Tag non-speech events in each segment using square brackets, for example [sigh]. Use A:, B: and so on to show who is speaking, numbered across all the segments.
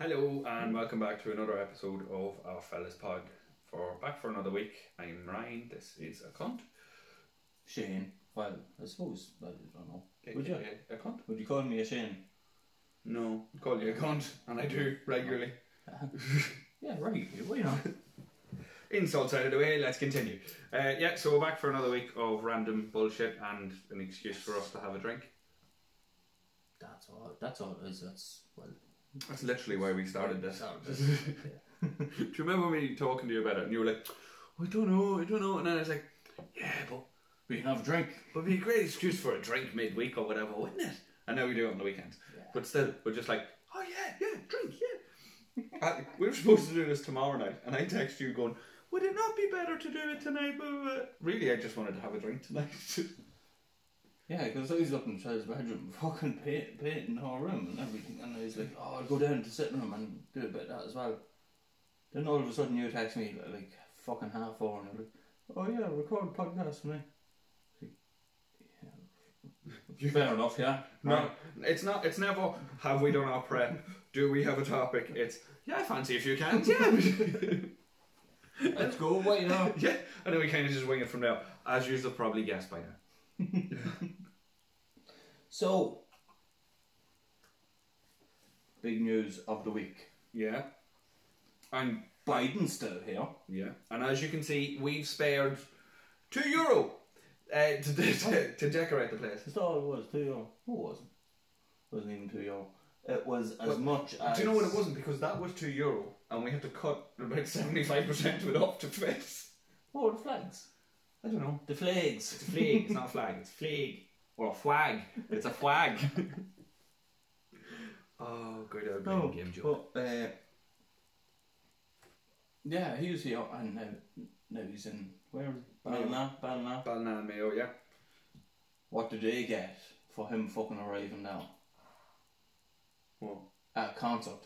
A: Hello and welcome back to another episode of our fellas pod. For back for another week. I'm Ryan. This is a cunt.
B: Shane. Well, I suppose I don't know.
A: A-
B: Would you?
A: A, a cunt?
B: Would you call me a Shane?
A: No. I call you a cunt, and I do regularly.
B: Yeah, right. Why not?
A: Insults out of the way. Let's continue. Uh, yeah. So we're back for another week of random bullshit and an excuse for us to have a drink.
B: that's all. That's all. It is. That's well.
A: That's literally why we started this.
B: Started [laughs] this.
A: [laughs] do you remember me talking to you about it? And you were like, "Oh, I don't know, I don't know. And then I was like, Yeah, but
B: we can have a drink.
A: Would be a great excuse for a drink midweek or whatever, wouldn't it? I know we do it on the weekends,
B: Yeah.
A: but still, we're just like, oh yeah, yeah, drink, yeah. [laughs] I, we were supposed to do this tomorrow night, and I text you going, would it not be better to do it tonight? Blah, blah, blah." Really, I just wanted to have a drink tonight. [laughs]
B: Yeah, because I was up in Charles' bedroom, [laughs] fucking paint, painting her room and everything, and I was like, oh, I'll go down to sitting room and do a bit of that as well. Then all of a sudden you text me at like fucking half hour and I'm like, oh yeah, record a podcast for me. Like, yeah. Fair enough, yeah.
A: no, it's not. It's never. Have we done our prep? Do we have a topic? It's yeah, I fancy a few cans. [laughs] Yeah.
B: Let's go, why
A: [laughs]
B: not?
A: Yeah, and then we kind of just wing it from there. As you'll probably guessed by now.
B: So, big news of the week.
A: Yeah, and
B: Biden's still here.
A: Yeah, and as you can see, we've spared two euro uh, to, to, to decorate the place.
B: That's all it was, two euro. No, it wasn't. It wasn't even two euro. It was as
A: What-
B: much as.
A: Do you know what it wasn't? Because that was two euro, and we had to cut about seventy five percent of it off to face.
B: What were the flags?
A: I don't know.
B: The flags.
A: It's a flag. it's not a flag. It's flag or a flag. It's a flag. [laughs] oh, good old
B: No,
A: blame game joke.
B: but, uh, yeah, he was here, and now, now he's in. Where is it? Ballina? Ballina?
A: Balna Mayo, oh, yeah.
B: What did they get for him fucking arriving now?
A: Well,
B: A concert.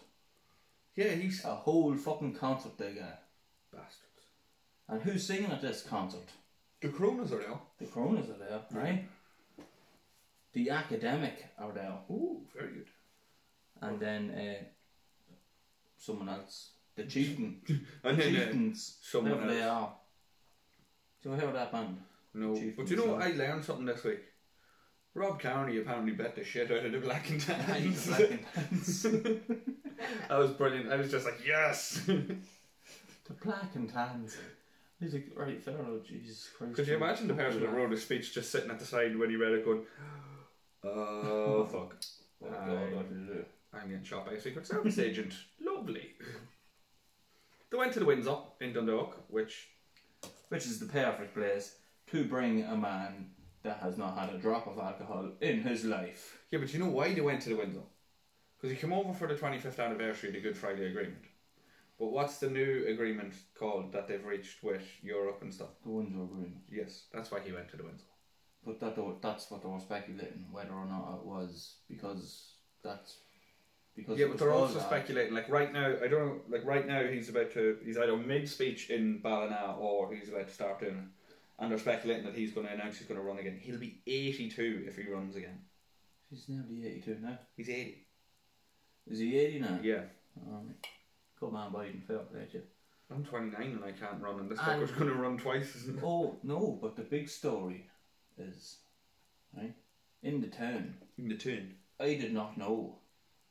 A: yeah, he's
B: A whole fucking concert they got.
A: bastards.
B: And who's singing at this concert?
A: The Coronas are now.
B: The Coronas are there, right? The Academic are there,
A: Ooh, very good.
B: and then uh, someone else, the Chieftain,
A: [laughs] [laughs] And then, uh,
B: Chieftains,
A: someone
B: whatever they
A: else.
B: are. Do you hear that band?
A: No,
B: Chief
A: but you know, what? I
B: himself.
A: learned something this week. Rob Carney apparently bet the shit [laughs] out of the Black and Tans.
B: the
A: that was brilliant. I was just like, yes. [laughs] Could
B: Black and Tans. He's like, right, fair enough, Jesus Christ.
A: you imagine the person that wrote his speech just sitting at the side when he read it, going, "Oh [laughs] fuck,
B: Oh, God, what did he do?
A: I'm getting shot by a Secret Service agent." [laughs] Lovely. They went to the Windsor in Dundalk, which
B: Which is the perfect place to bring a man that has not had a drop of alcohol in his life.
A: yeah, but you know why they went to the Windsor? Because he came over for the 25th anniversary of the Good Friday Agreement. But what's the new agreement called that they've reached with Europe and stuff?
B: The ones who are green.
A: Yes, that's why he went to the Windsor.
B: But that though, that's what they were speculating whether or not it was because that's because
A: yeah,
B: it
A: but
B: was
A: they're
B: all
A: also
B: that.
A: speculating. Like right now, I don't know. Like right now, he's about to. He's either mid speech in Ballina or he's about to start doing it. And they're speculating that he's going to announce he's going to run again. He'll be 82 if he runs again.
B: He's nearly eighty-two now.
A: He's 80.
B: Is he eighty now?
A: Yeah.
B: Um, come on, Biden, fair play to you.
A: I'm 29 and I can't run, and this
B: And-
A: fucker's going to run twice.
B: Oh no, but the big story is right in the town.
A: [laughs] in the tune.
B: I did not know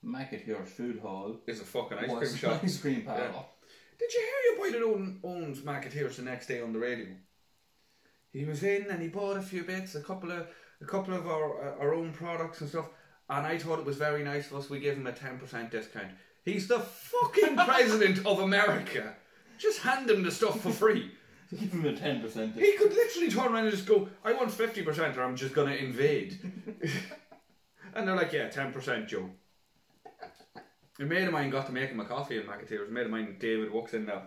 B: McAteer's food hall
A: It's a fucking ice
B: was
A: cream shop.
B: an ice cream parlor. [laughs]
A: Yeah. Did you hear your boy that own, owns McAteers the next day on the radio? He was in and he bought a few bits, a couple of a couple of our uh, our own products and stuff. And I thought it was very nice of us. We gave him a ten percent discount. He's the fucking president of America. Just hand him the stuff for free.
B: Give him a ten percent.
A: He could literally turn around and just go, "I want fifty percent, or I'm just gonna invade." [laughs] and they're like, "Yeah, ten percent, Joe." A mate of mine got to make him a coffee in McAteers. A mate of mine, David, walks in now.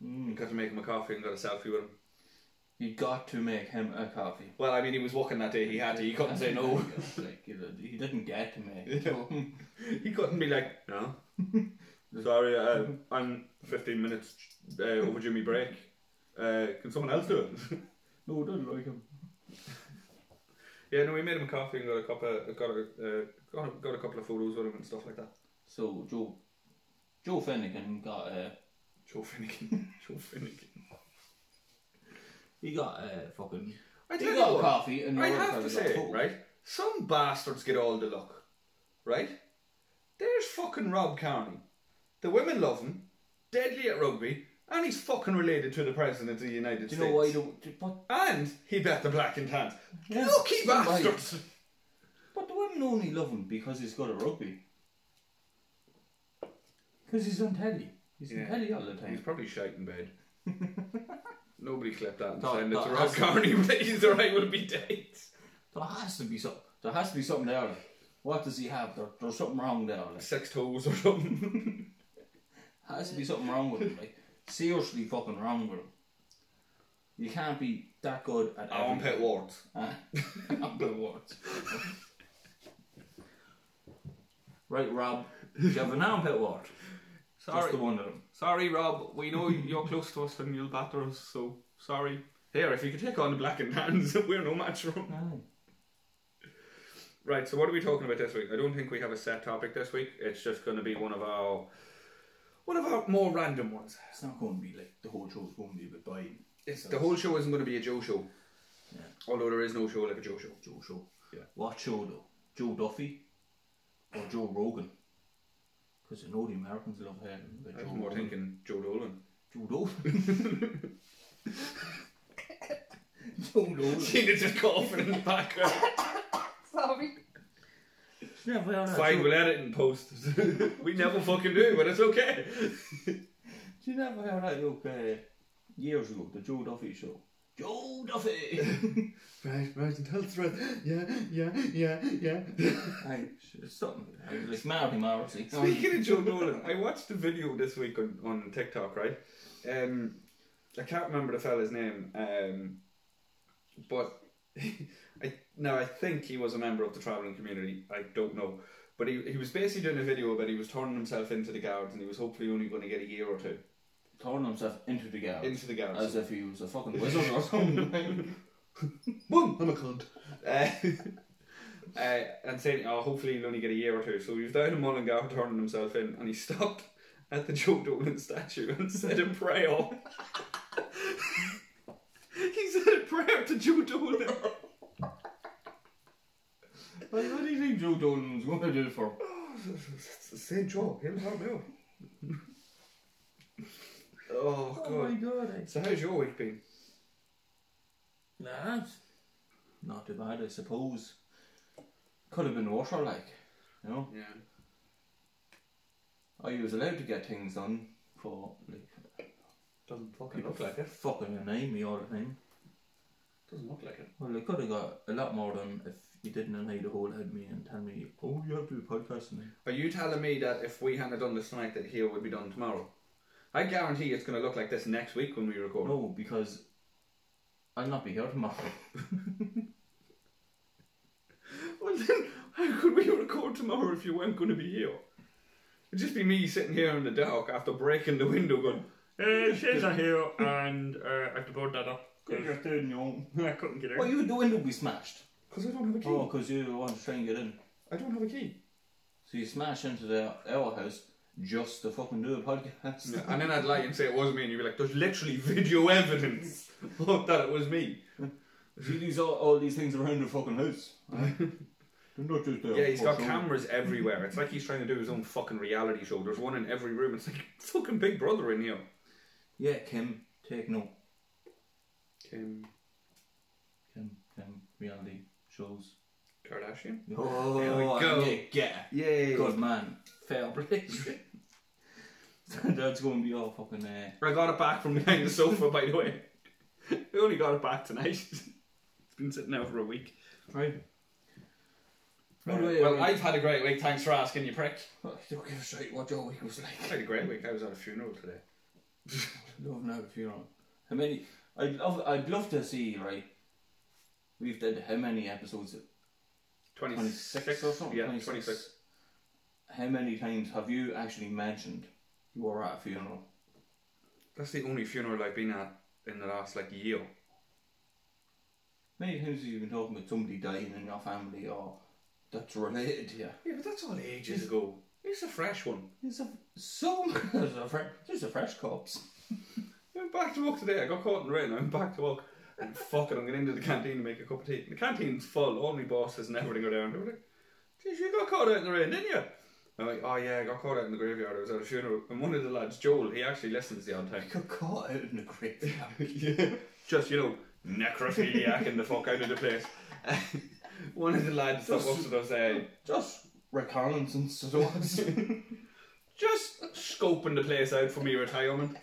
A: He got to make him a coffee and got a selfie with him.
B: You Mm. got to make him a coffee.
A: Well, I mean, he was walking that day. He had to. He couldn't say
B: [laughs]
A: no. [laughs]
B: like, you know, he didn't get to make it. [laughs] so-
A: he couldn't be like, no. [laughs] Sorry, uh, I'm 15 minutes uh, overdue my break. Uh, can someone else do it? [laughs]
B: No, I don't like him.
A: yeah, no, we made him a coffee and uh, got a couple, got a, uh, got a, got a couple of photos with him and stuff like that.
B: So Joe Joe Finnegan got uh, a.
A: Joe Finnegan. [laughs] Joe Finnegan.
B: He got a fucking.
A: I
B: He
A: tell you
B: got a
A: what,
B: coffee and the
A: I
B: other
A: have
B: fella
A: to
B: got
A: say,
B: two.
A: right? Some bastards get all the luck, right? There's fucking Rob Carney. The women love him, deadly at rugby, and he's fucking related to the President of the United
B: Do you
A: States.
B: know why? The, but
A: And he bet the black and tans.
B: Yeah,
A: Lucky
B: you're right.
A: bastards!
B: But the women only love him because he's good at rugby. Because he's on telly. He's
A: Yeah.
B: on telly all the
A: He's
B: time.
A: probably shite in
B: [laughs]
A: bed. Nobody clipped that and
B: No,
A: send it
B: no,
A: to
B: it
A: Rob
B: has to-
A: Carney, [laughs] but he's the right would be dead.
B: There has to be something. There has to be something there. like, What does he have? There, there's something wrong there. Like.
A: Six toes or
B: [laughs]
A: something.
B: Has to be something wrong with him. Like seriously, fucking wrong with him. You can't be that good at.
A: I want
B: everything.
A: pet warts.
B: Ah, [laughs] I'm the worst. Right, Rob. Do you have an armpit wart? Just
A: Sorry.
B: the one of them.
A: Sorry, Rob. We know [laughs] you're close to us and you'll batter us, so sorry. Here, if you could take on the black and tans, [laughs] we're no match for 'em.
B: Aye.
A: Right, so what are we talking about this week? I don't think we have a set topic this week. It's just going to be one of our one of our more random ones.
B: It's not going to be like the whole show's going to be a bit biting.
A: It's, the whole show isn't going to be a Joe show.
B: Yeah.
A: Although there is no show like a Joe show.
B: Joe show.
A: Yeah.
B: What show though? Joe Duffy or Joe Rogan? Because I know the Americans love hearing about
A: I
B: Joe
A: was more
B: Rogan.
A: thinking Joe Dolan. [laughs]
B: Joe Duffy. [laughs] Joe [laughs] Rogan.
A: Tina's just coughing in the background.
B: Sorry. Never heard of
A: Fine,
B: Joe-
A: we'll edit and post. [laughs] we never fucking do, but it's okay. [laughs]
B: Do you never hear that joke uh, years ago? The Joe Duffy show. Joe Duffy. [laughs]
A: Right, right, [gasps] and health threat. Yeah, yeah, yeah, yeah.
B: I, something. It's Marty Morrissey.
A: [laughs] Speaking of Joe Dolan, I watched a video this week on, on TikTok, right? Um, I can't remember the fella's name, um, but [laughs] I no, I think he was a member of the travelling community. I don't know. But he, he was basically doing a video about he was turning himself into the guards and he was hopefully only going to get a year or two
B: Throwing himself into the gap.
A: into the guards.
B: As if he was a fucking wizard or something. [laughs]
A: Boom, I'm a cunt. Uh, [laughs] uh, and saying, oh, hopefully he'll only get a year or two. So he was down in Mullingar turning himself in, and he stopped at the Joe Dolan statue and [laughs] said a prayer. he said a prayer to Joe Dolan.
B: Like, what do you think Joe Dolan was going to do for him?
A: It's the [laughs] same Joe, he'll help me out. oh, God.
B: god. eh? I...
A: so, how's your week been?
B: Nah, it's not too bad, I suppose. Could have been worse, like, you know.
A: Yeah.
B: I was allowed to get things done for like
A: Doesn't fucking
B: people fucking annoying me all the time.
A: Doesn't look like it.
B: Well, I could have got a lot more done if you didn't annoy the whole head of me and tell me, oh, you have to do a podcast with me.
A: Are you telling me that if we hadn't done this tonight, that here would be done tomorrow? I guarantee it's going to look like this next week when we record.
B: No, because I'll not be here [laughs] tomorrow.
A: Well, then, how could we record tomorrow if you weren't going to be here? It'd just be me sitting here in the dark after breaking the window going,
C: Uh, Shane's not here, and uh, I have to board that up. 'cause [laughs]
B: doing your own.
C: I couldn't get
B: Well,
C: out.
B: you the window be smashed.
A: Because I don't have a key.
B: Oh, because you want to try and get in.
A: I don't have a key.
B: So you smash into the our house just to fucking do a podcast. [laughs]
A: And then I'd lie and say it was me, and you'd be like, there's literally video evidence [laughs] that it was me.
B: You lose all, all these things around the fucking house. [laughs] They're not just there.
A: Yeah, he's got
B: Fucking-
A: cameras everywhere. It's like he's trying to do his own fucking reality show. There's one in every room. It's like [laughs] fucking Big Brother in here.
B: Yeah, Kim, take note.
A: Kim
B: Kim, Kim, reality shows.
A: Kardashian.
B: Oh,
A: There we
B: and
A: go.
B: you get it.
A: Yay.
B: Good man. Fair play. [laughs] That's going to be all fucking uh,
A: I got it back from [laughs] behind the sofa, by the way. [laughs] We only got it back tonight. [laughs] it's been sitting there for a week. Uh,
B: right. um, uh,
A: well,
B: [laughs]
A: I've had a great week. Thanks for asking, you prick.
B: don't give a shit what your week was
A: I
B: like. [laughs]
A: had a great week. I was at a funeral today. [laughs]
B: Love now if you don't. How many? I'd love. I'd love to see right. We've done how many episodes?
A: 26,
B: Twenty-six or something.
A: Yeah, 26.
B: 26. How many times have you actually mentioned you were at a funeral?
A: That's the only funeral I've been at in the last like year.
B: How many times have you been talking about somebody dying in your family or that's related to you?
A: Yeah, but that's all ages ago. It's a fresh one.
B: It's a so [laughs] there's a fresh there's a fresh corpse.
A: I went back to work today. I got caught in the rain. I went back to work. And fuck it, I'm going into the canteen to make a cup of tea. The canteen's full. All my bosses and everything are down. They were like, Jeez, you got caught out in the rain, didn't you? I'm like, oh yeah, I got caught out in the graveyard. I was at a funeral. And one of the lads, Joel, he actually listens the odd time.
B: Got caught out in the [laughs] graveyard.
A: yeah. Just, you know, necrophiliac in the fuck out of the place. [laughs] One of the lads that works with us, uh,
B: Just reconnaissance it was. [laughs]
A: just scoping the place out for me retirement.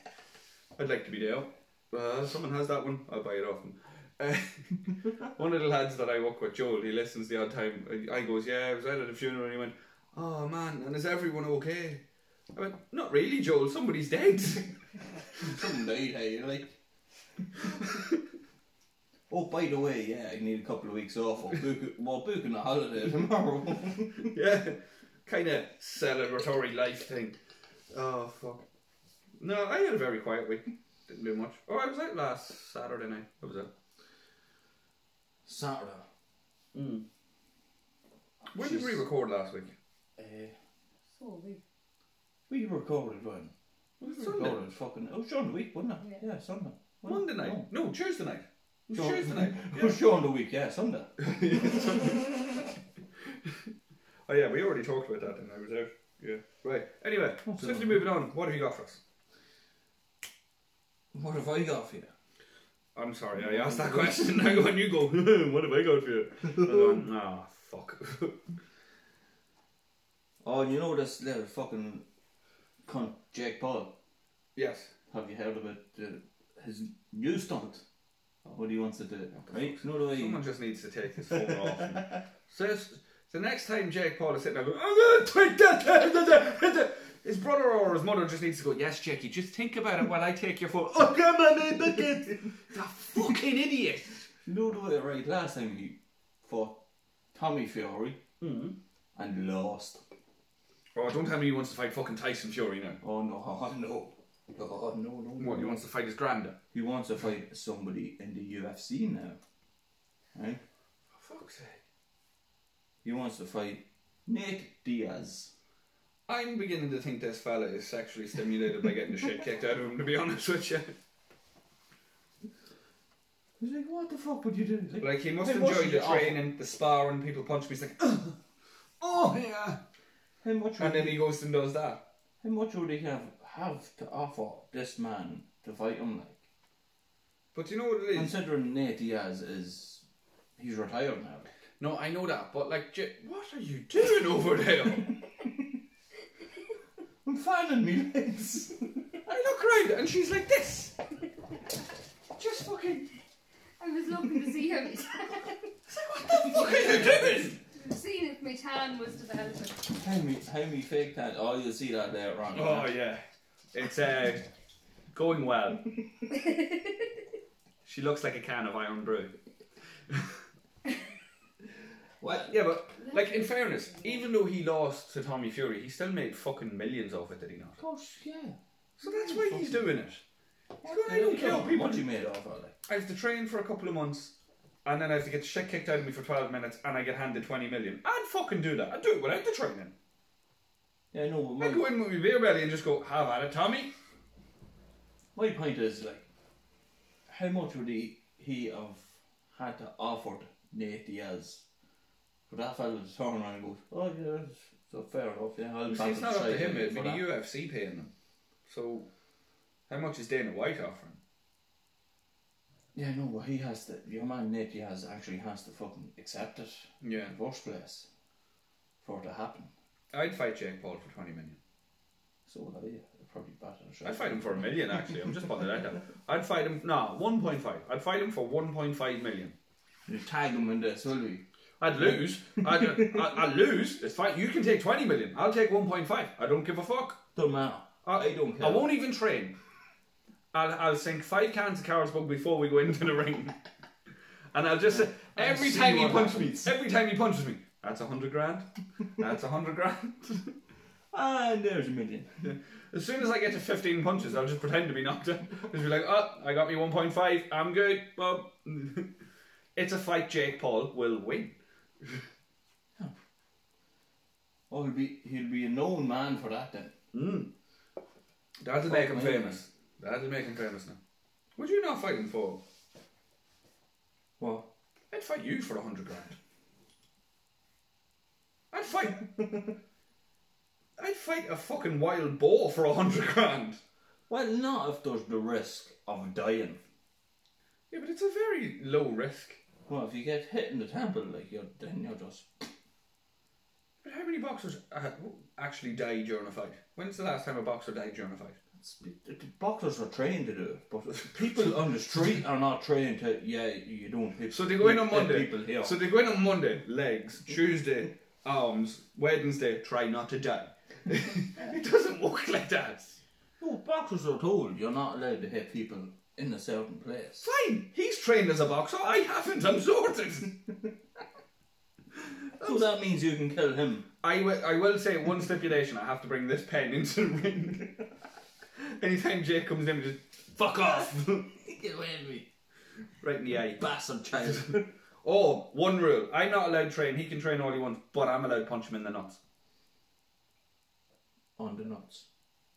A: I'd like to be there. Uh, someone has that one, I'll buy it off them. Uh, [laughs] one of the lads that I work with, Joel, he listens the odd time. I I goes, yeah, I was out at a funeral, and he went, oh man, and is everyone okay? I went, not really, Joel. Somebody's dead. [laughs]
B: Some night, hey, you're like. Oh, by the way, yeah, I need a couple of weeks off. We're booking, we're booking a holiday [laughs] tomorrow.
A: yeah, kind of celebratory life thing. Oh fuck. No, I had a very quiet week. Didn't do much. Oh, I was out last Saturday night. I was out.
B: Saturday.
A: When did we record last week?
B: Uh,
D: So we
B: we recorded one. We
A: Sunday.
B: recorded fucking. It was during the week, wasn't it?
D: Yeah.
B: Yeah, Sunday.
A: Monday
B: Oh.
A: night. No, Tuesday night. It was
B: Sure.
A: Tuesday night.
B: [laughs] It was during the week, yeah, Sunday. [laughs]
A: Oh yeah, we already talked about that, and I was out. Yeah. Right. Anyway, swiftly moving on. What have you got for us?
B: What have I got for you?
A: I'm sorry, I asked that question. [laughs] Now when you go, what have I got for you? I went, [laughs] Ah, fuck.
B: Oh, you know this little fucking cunt, Jake Paul.
A: yes.
B: Have you heard about uh, his new stunt? What he wants to do, right? You know the way
A: Someone just needs to take his [laughs] phone off. and- So it's- the next time Jake Paul is sitting there going, I'm going to tweet that, [laughs] that, that, that, that, that," his brother or his mother just needs to go, Yes, Jakey, just think about it while I take your phone. Oh, come on, my [laughs] bucket! The fucking idiot!
B: you know the way, right? Last time he fought Tommy Fury
A: Hmm.
B: and lost.
A: Oh, don't tell me he wants to fight fucking Tyson Fury now.
B: Oh no! [laughs] Oh no! Oh no! No! no.
A: What, he wants to fight his granda?
B: He wants to fight somebody in the UFC now, right?
A: For fuck's sake.
B: He wants to fight Nate Diaz.
A: I'm beginning to think this fella is sexually stimulated by getting the shit kicked out of him, to be honest with you.
B: He's like, what the fuck would you do?
A: Like, he must
B: how much
A: enjoy
B: is
A: the
B: it off?
A: training, the sparring, people punch him, he's like, Oh, yeah!
B: How much?
A: And
B: would
A: then he goes and does that.
B: How much would he have have to offer this man to fight him like?
A: But you know what it is?
B: Considering Nate Diaz is he's retired now.
A: No, I know that, but like, J- what are you doing over there?
B: I'm fanning me legs. [laughs]
A: I look around and she's like this. Just fucking.
D: I was looking to see how my
A: What are you doing?
D: seeing if my tan was developing.
B: how me how me fake that? Oh, you'll see that later on.
A: Oh yeah, it's uh, going well. she looks like a can of iron brew.
B: Well,
A: Yeah, but [laughs] like in fairness, even though he lost to Tommy Fury, he still made fucking millions off it, did he not?
B: of course, yeah.
A: So that's why he's doing it. He's going, I
B: Yeah,
A: don't care what people
B: What you made off of like?
A: I have to train for a couple of months, and then I have to get the shit kicked out of me for 12 minutes, and I get handed 20 million. I'd fucking do that. I'd do it without the training.
B: Yeah, no. But
A: I'd go
B: my,
A: in with my beer belly and just go, have at it, Tommy.
B: my point is like, how much would he he have had to offer Nate Diaz? For that fella to turn around and go, oh yeah, that's- so fair enough. Yeah, I'll
A: See,
B: back
A: it's
B: the
A: not up to
B: side
A: him,
B: of you
A: it'd be
B: for
A: the
B: that."
A: UFC paying them. So, how much is Dana White offering?
B: Yeah, no, well, he has to. Your man Nate Diaz actually has to fucking accept it
A: Yeah.
B: in the first place for it to happen.
A: I'd fight Jake Paul for 20 million.
B: So would I. I'd probably better.
A: I'd fight him for a million, actually. I'm just putting it out there. I'd fight him, no, 1.5. I'd fight him for 1.5 million.
B: You tag him in this, will we?
A: I'd lose. I'd, I'd, I'd lose. It's fine. You can take 20 million. I'll take 1.5. I don't give a fuck.
B: Don't matter.
A: I,
B: I don't care.
A: I won't even train. I'll, I'll sink five cans of Carlsberg before we go into the ring. And I'll just say, every
B: see
A: time he
B: what
A: punches
B: happens.
A: me, every time he punches me, that's a hundred grand. That's a hundred grand.
B: And there's a million. [laughs]
A: As soon as I get to 15 punches, I'll just pretend to be knocked out. Just be like, oh, I got me 1.5. I'm good. Well, [laughs] it's a fight Jake Paul will win.
B: Oh, he'll be he'll be a known man for that then.
A: Mm. That'll make him
B: Hmm. Fuck me.
A: famous. That'll make him famous now. Would you not fight him for?
B: What?
A: I'd fight you for a hundred grand. I'd fight. [laughs] I'd fight a fucking wild boar for a hundred grand.
B: Well, not if there's the risk of dying.
A: Yeah, but it's a very low risk.
B: Well, if you get hit in the temple, like you're then you're just
A: But how many boxers uh, actually die during a fight? When's the last time a boxer died during a fight?
B: It's- the- the boxers are trained to do it, but [laughs] people on the street are not trained to. Yeah, you don't hit.
A: So they go in on
B: hit
A: Monday.
B: People here.
A: So they go in on Monday, legs. Tuesday, arms. Wednesday, try not to die. [laughs] it doesn't work like that.
B: no, boxers Oh, are told you're not allowed to hit people in a certain place.
A: Fine, he's trained as a boxer. I haven't. I'm sorted.
B: So that means you can kill him.
A: I wi- I will say one stipulation. I have to bring this pen into the ring. [laughs] Anytime Jake comes in, we just [laughs] fuck off.
B: [laughs] Get away from me,
A: right in the eye.
B: bastard child.
A: Oh, one rule. I'm not allowed to train. He can train all he wants, but I'm allowed to punch him in the nuts.
B: [laughs] on the nuts.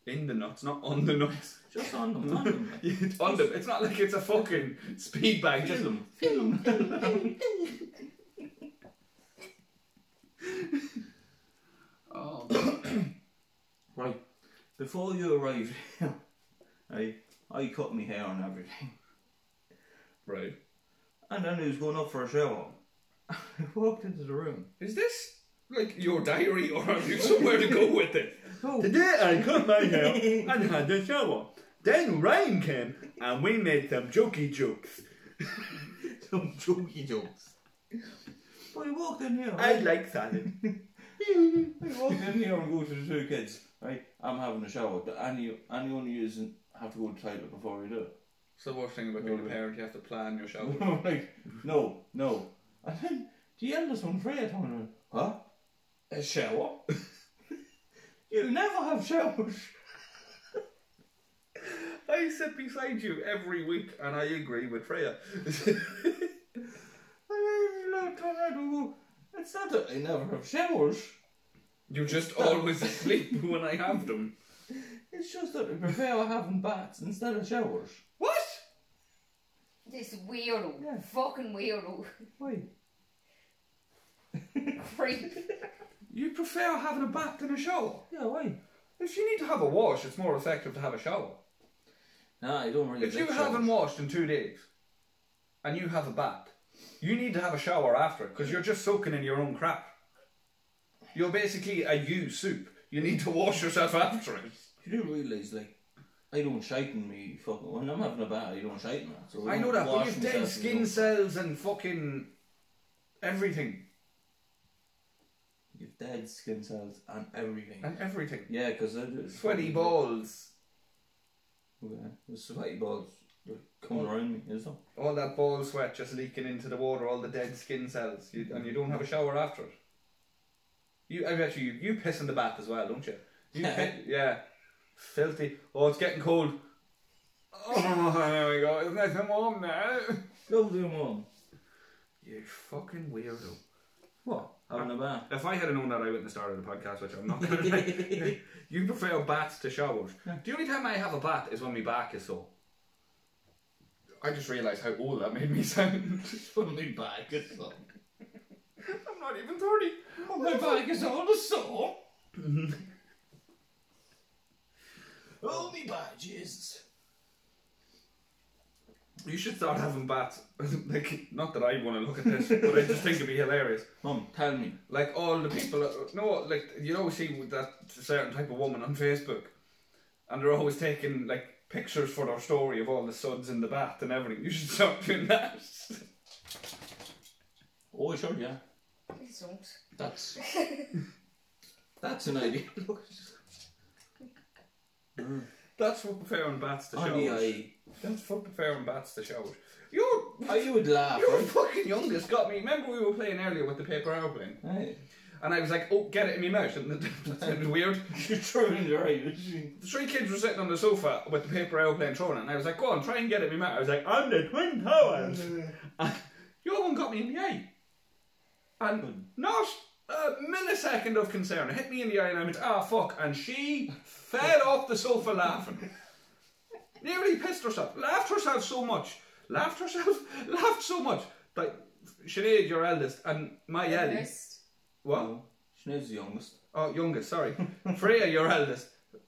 A: In the nuts, not on the nuts. [laughs]
B: Just on them. On them. like.
A: It's on them. It's not like it's a fucking speed bag. Just them.
B: Kill them. Right. Before you arrived here, [laughs] I I cut my hair and everything.
A: Right.
B: And then he was going up for a shower. [laughs] I walked into the room.
A: Is this like your diary, or have you somewhere to go with it?
B: Oh.
A: Today I cut my hair
B: [laughs]
A: and had a shower. Then rain came and we made some jokey jokes.
B: [laughs] Some jokey jokes. But he walked in here.
A: I
B: Right?
A: like salad.
B: He walked in here and go to the two kids. Right, I'm having a shower. But any any one of you doesn't have to go to the toilet before you do. [laughs]
A: It's the worst thing about being a parent. You have to plan your shower.
B: I'm like, no, no. And then the eldest one, Fred, went, huh? A shower? [laughs] you never have showers.
A: I sit beside you every week, and I agree with Freya. [laughs]
B: I never have showers. It's not that I never have showers.
A: you just always sleep when I have them.
B: It's just that I prefer having baths instead of showers.
A: What?
D: This weirdo.
B: Yeah.
D: Fucking weirdo.
B: Why?
D: Creep.
A: You prefer having a bath than a shower?
B: Yeah, why?
A: If you need to have a wash, it's more effective to have a shower.
B: No, I don't really.
A: If you haven't washed in two days and you have a bath, you need to have a shower after it because you're just soaking in your own crap. You're basically a you soup. You need to wash yourself after it.
B: you do realise, like, I don't shite in me fucking. When I'm having a bath, I don't shite in that. So
A: I know that, but
B: wash
A: you've
B: myself
A: dead
B: and
A: skin
B: go,
A: cells and fucking everything.
B: You've dead skin cells and everything.
A: And everything.
B: Yeah, because it's
A: Sweaty balls.
B: Yeah, there's sweaty balls like, coming around me, is there?
A: All that ball sweat just leaking into the water, all the dead skin cells. You, and you don't have a shower after it. You, I bet you, you piss in the bath as well, don't you? You pi- yeah. Filthy. Oh, it's getting cold. Oh, there we go. It's nice and warm now.
B: Love them one.
A: You fucking weirdo.
B: What? Having a bath.
A: If I had known that, I wouldn't have started the podcast, which I'm not going to You prefer baths to showers. The only time I have a bath is when my back is sore. I just realised how old that made me sound. [laughs]
B: Put me back, it's like.
A: I'm not even 30.
B: Oh, My back is all the sore. oh, me back, Jesus.
A: You should start having bats. [laughs] like, not that I want to look at this, but I just think it'd be hilarious.
B: Mum, tell me.
A: Like all the people, no, like you always see with that certain type of woman on Facebook, and they're always taking like pictures for their story of all the suds in the bath and everything. You should start doing that. [laughs]
B: Oh, sure, yeah.
D: Please don't.
B: That's. [laughs] That's an idea. Look.
A: That's for preferring bats to
B: Honey,
A: showers.
B: I,
A: That's for preferring bats to showers. Your
B: oh, you would laugh,
A: your
B: right?
A: fucking youngest got me. Remember we were playing earlier with the paper airplane,
B: Hey,
A: and I was like, oh, get it in my mouth, and [laughs] that sounded weird.
B: you're trying to right.
A: the three kids were sitting on the sofa with the paper airplane thrown, and I was like, "Go on, try and get it, me mate." I was like, "I'm the twin towers." And Your one got me in the eye, and not a millisecond of concern. It hit me in the eye and I went, ah, fuck. And she fell off the sofa laughing. Nearly pissed herself. Laughed herself so much. Laughed herself. [laughs] Laughed so much. Like, Sinead, your eldest, and my Ellie.
D: Rest.
A: What?
B: Oh, Sinead's the youngest.
A: Oh, youngest, sorry. Freya, your eldest,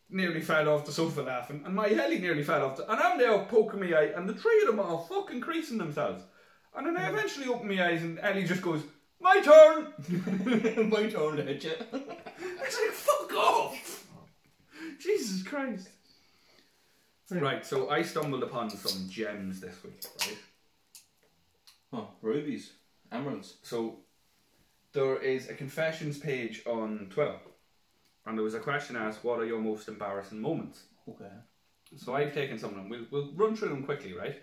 A: nearly fell off the sofa laughing, and my Ellie nearly fell off. The, and I'm now poking my eye, and the three of them are fucking creasing themselves. And then I eventually open my eyes, and Ellie just goes, My turn! [laughs]
B: [laughs] My turn to hit you.
A: It's like, fuck off! Jesus Christ. Right, so I stumbled upon some gems this week, right?
B: Oh, rubies. Emeralds.
A: So there is a confessions page on Twitter, and there was a question asked, What are your most embarrassing moments?
B: Okay.
A: So I've taken some of them. We'll, we'll run through them quickly, right?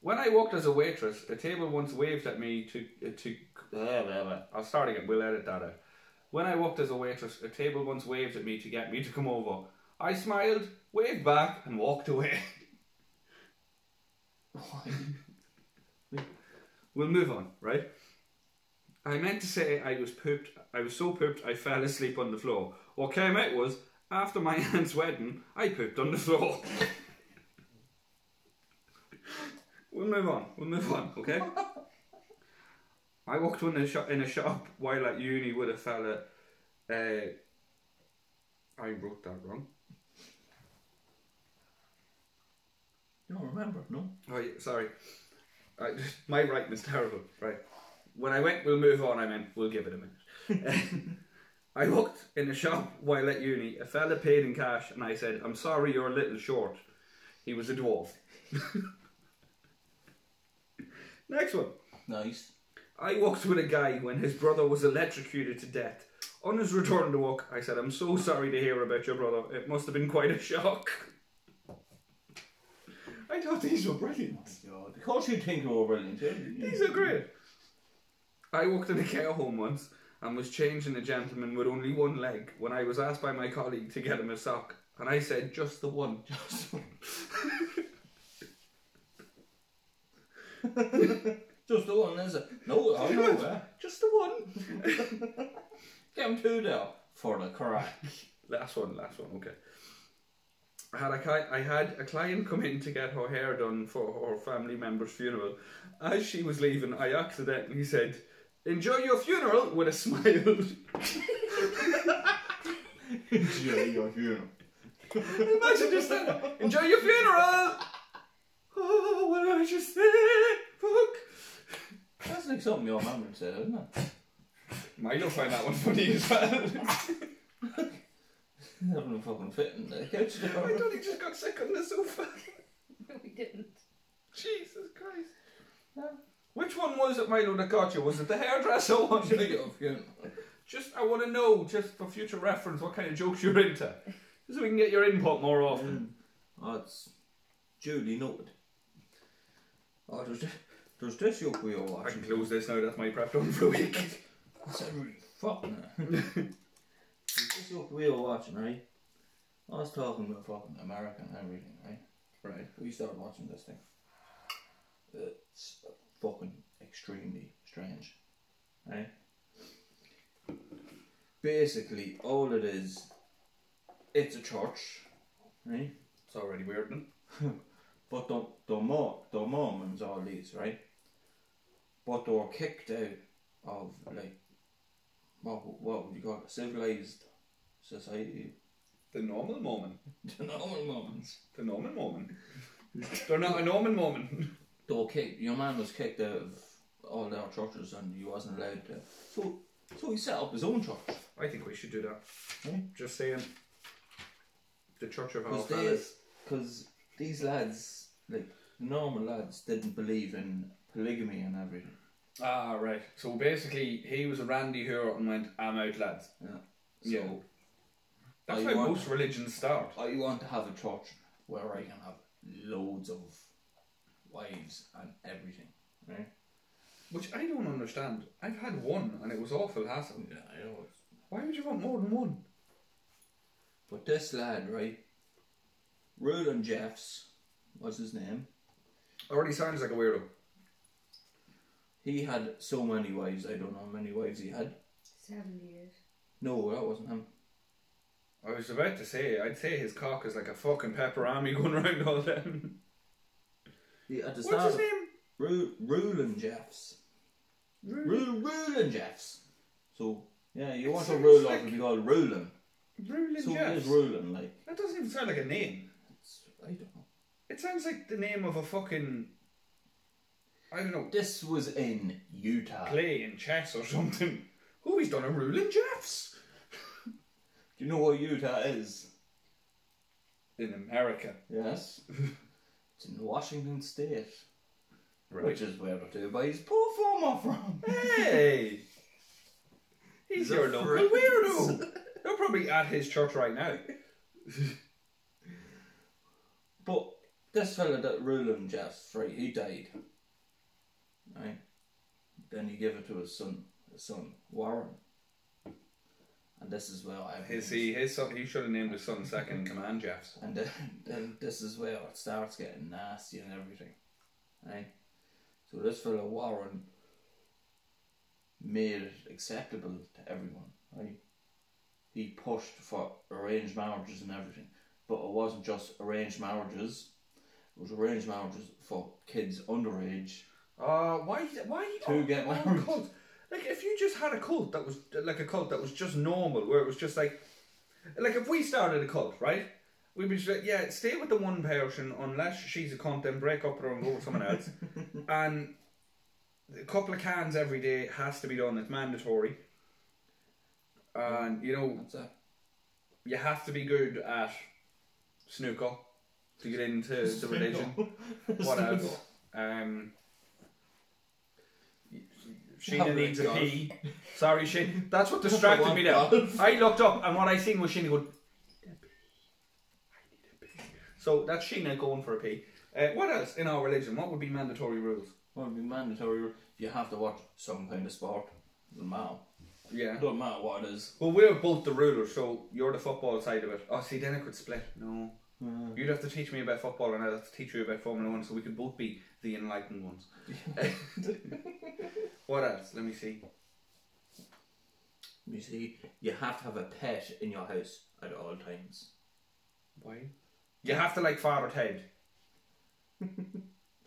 A: When I worked as a waitress, a table once waved at me to uh, to. blah, blah, blah. I'll start again. We'll edit that out. When I worked as a waitress, a table once waved at me to get me to come over. I smiled, waved back, and walked away. [laughs]
B: Why?
A: we'll move on, right? I meant to say I was pooped. I was so pooped I fell asleep on the floor. What came out was after my [laughs] aunt's wedding, I pooped on the floor. [laughs] we'll move on. We'll move on. Okay. [laughs] I walked in a shop in a shop while at uni with a fella. Uh, I wrote that wrong.
B: You don't remember, no?
A: Oh, yeah, sorry. I, [laughs] my writing is terrible. Right. When I went, we'll move on. I meant we'll give it a minute. I walked in a shop while at uni. A fella paid in cash, and I said, "I'm sorry, you're a little short." He was a dwarf. [laughs] Next one.
B: Nice.
A: I walked with a guy when his brother was electrocuted to death. On his return to work, I said, "I'm so sorry to hear about your brother. It must have been quite a shock." [laughs] I thought these were brilliant.
B: God. Of course you'd think they were brilliant, too.
A: These are great. I walked in a care home once and was changing a gentleman with only one leg when I was asked by my colleague to get him a sock, and I said just the one. [laughs]
B: [laughs] Just the one, is it? No, I know where.
A: Just the one.
B: Get him two there. For the crack.
A: Last one, last one, okay. I had, a cli- I had a client come in to get her hair done for her family member's funeral. As she was leaving, I accidentally said, Enjoy your funeral with a [laughs] smile.
B: Enjoy your funeral.
A: Imagine just that. Enjoy your funeral! Oh, what did I just say? Fuck.
B: That's like something your mum would say, isn't it?
A: Might not find that one funny as [laughs] well.
B: You're having a fucking fit in the couch there.
A: I thought he just got sick on the sofa.
D: No, we didn't.
A: Jesus Christ. Which one was it, Milo, that got you? Was it the hairdresser one?
B: Enjoy your funeral.
A: just, I want to know, just for future reference, what kind of jokes you're into. Just so we can get your input more often.
B: Oh, it's duly noted. Oh, there's, thi- there's this yoke we are
A: Mm. I can
B: watching.
A: close this now, that's my prep done for a week.
B: That's every fuck now. this yoke we are watching, right? I was talking about fucking America and everything, right?
A: right.
B: We started watching this thing. It's fucking extremely strange. Right? Basically, all it is, it's a church, right?
A: It's already weird, man.
B: But the the Mor- the Mormons all these, right? But they were kicked out of like what would- what would you call it? Civilized society. [laughs]
A: The normal moment.
B: The Norman Mormons.
A: The normal moment. They're not a Norman moment.
B: They were kicked your man was kicked out of all their churches and he wasn't allowed to So so he set up his own church.
A: I think we should do that.
B: Hmm?
A: Just saying. The Church of Our
B: Because
A: Oh, Fellas.
B: because these lads, like normal lads, didn't believe in polygamy and everything.
A: Ah, right. So basically, he was a Randy Hur and went, I'm out, lads.
B: Yeah. So
A: Yeah. That's
B: Oh,
A: how
B: you want-
A: most religions start.
B: I want to have a church where I can have loads of wives and everything. Right?
A: Which I don't understand. I've had one and it was awful hassle.
B: Yeah, I know.
A: Why would you want more than one?
B: But this lad, right? Roland Jeffs, was his name.
A: Already sounds like a weirdo.
B: He had so many wives. I don't know how many wives he had.
D: 78.
B: No, that wasn't him.
A: I was about to say, I'd say his cock is like a fucking pepperami [laughs] going around all them.
B: He, at the
A: What's
B: start,
A: his name?
B: Ru- Ruland Jeffs.
A: Ru-
B: Ru- Ruland Jeffs. So, yeah, you want to
A: sounds
B: rule off
A: like-
B: it'll be called Ruland.
A: Rulin
B: So it
A: Jeffs.
B: is Ruland, like.
A: That doesn't even sound like a name.
B: It's, I don't know.
A: It sounds like the name of a fucking. I don't know.
B: This was in Utah.
A: Play in chess or [laughs] something. Who he's done a Rulin Jeffs?
B: Do you know what Utah is?
A: In America. [laughs]
B: Yes. it's in Washington State.
A: Right.
B: Which is where the two boys poor former from.
A: [laughs] Hey! He's
B: The
A: your local
B: friends.
A: weirdo! You're probably at his church right now.
B: But this fella that Ruland Jeffs, right, he died. Right? Then he gave it to his son, his son, Warren. And this is where I
A: His, he, his son, he should have named his son second in command Jeffs.
B: And then, then this is where it starts getting nasty and everything. Right? So this fella Warren made it acceptable to everyone, right? He pushed for arranged marriages and everything. But it wasn't just arranged marriages. It was arranged marriages for kids underage.
A: Uh, why? Why you
B: Two
A: don't
B: get
A: want
B: married.
A: Cult? Like, if you just had a cult that was like a cult that was just normal, where it was just like, like if we started a cult, right? We'd be just like, yeah, stay with the one person unless she's a cunt, then break up with her and go with someone
B: [laughs]
A: else. and a couple of cans every day has to be done. It's mandatory. And you know,
B: That's it.
A: you have to be good at snooker to get into the religion. [laughs] What else? Um, Sheena
B: Haven't
A: needs a
B: got it.
A: pee. Sorry, Shane. Oh [laughs] That's what distracted me there. I looked up and what I seen was Sheena going, "I need a pee. I need a pee." So that's Sheena going for a pee. Uh, what else in our religion? What would be mandatory rules?
B: Well, it'd be mandatory. You have to watch some kind of sport. Doesn't matter.
A: Yeah.
B: Doesn't matter what it is.
A: Well, we're both the rulers, so you're the football side of it. Oh, see, then it could split. No. You'd have to teach me about football, and I'd have to teach you about Formula One, so we could both be the enlightened [laughs] ones. what else? Let me see.
B: You see, you have to have a pet in your house at all times.
A: Why? You have to like Father Ted.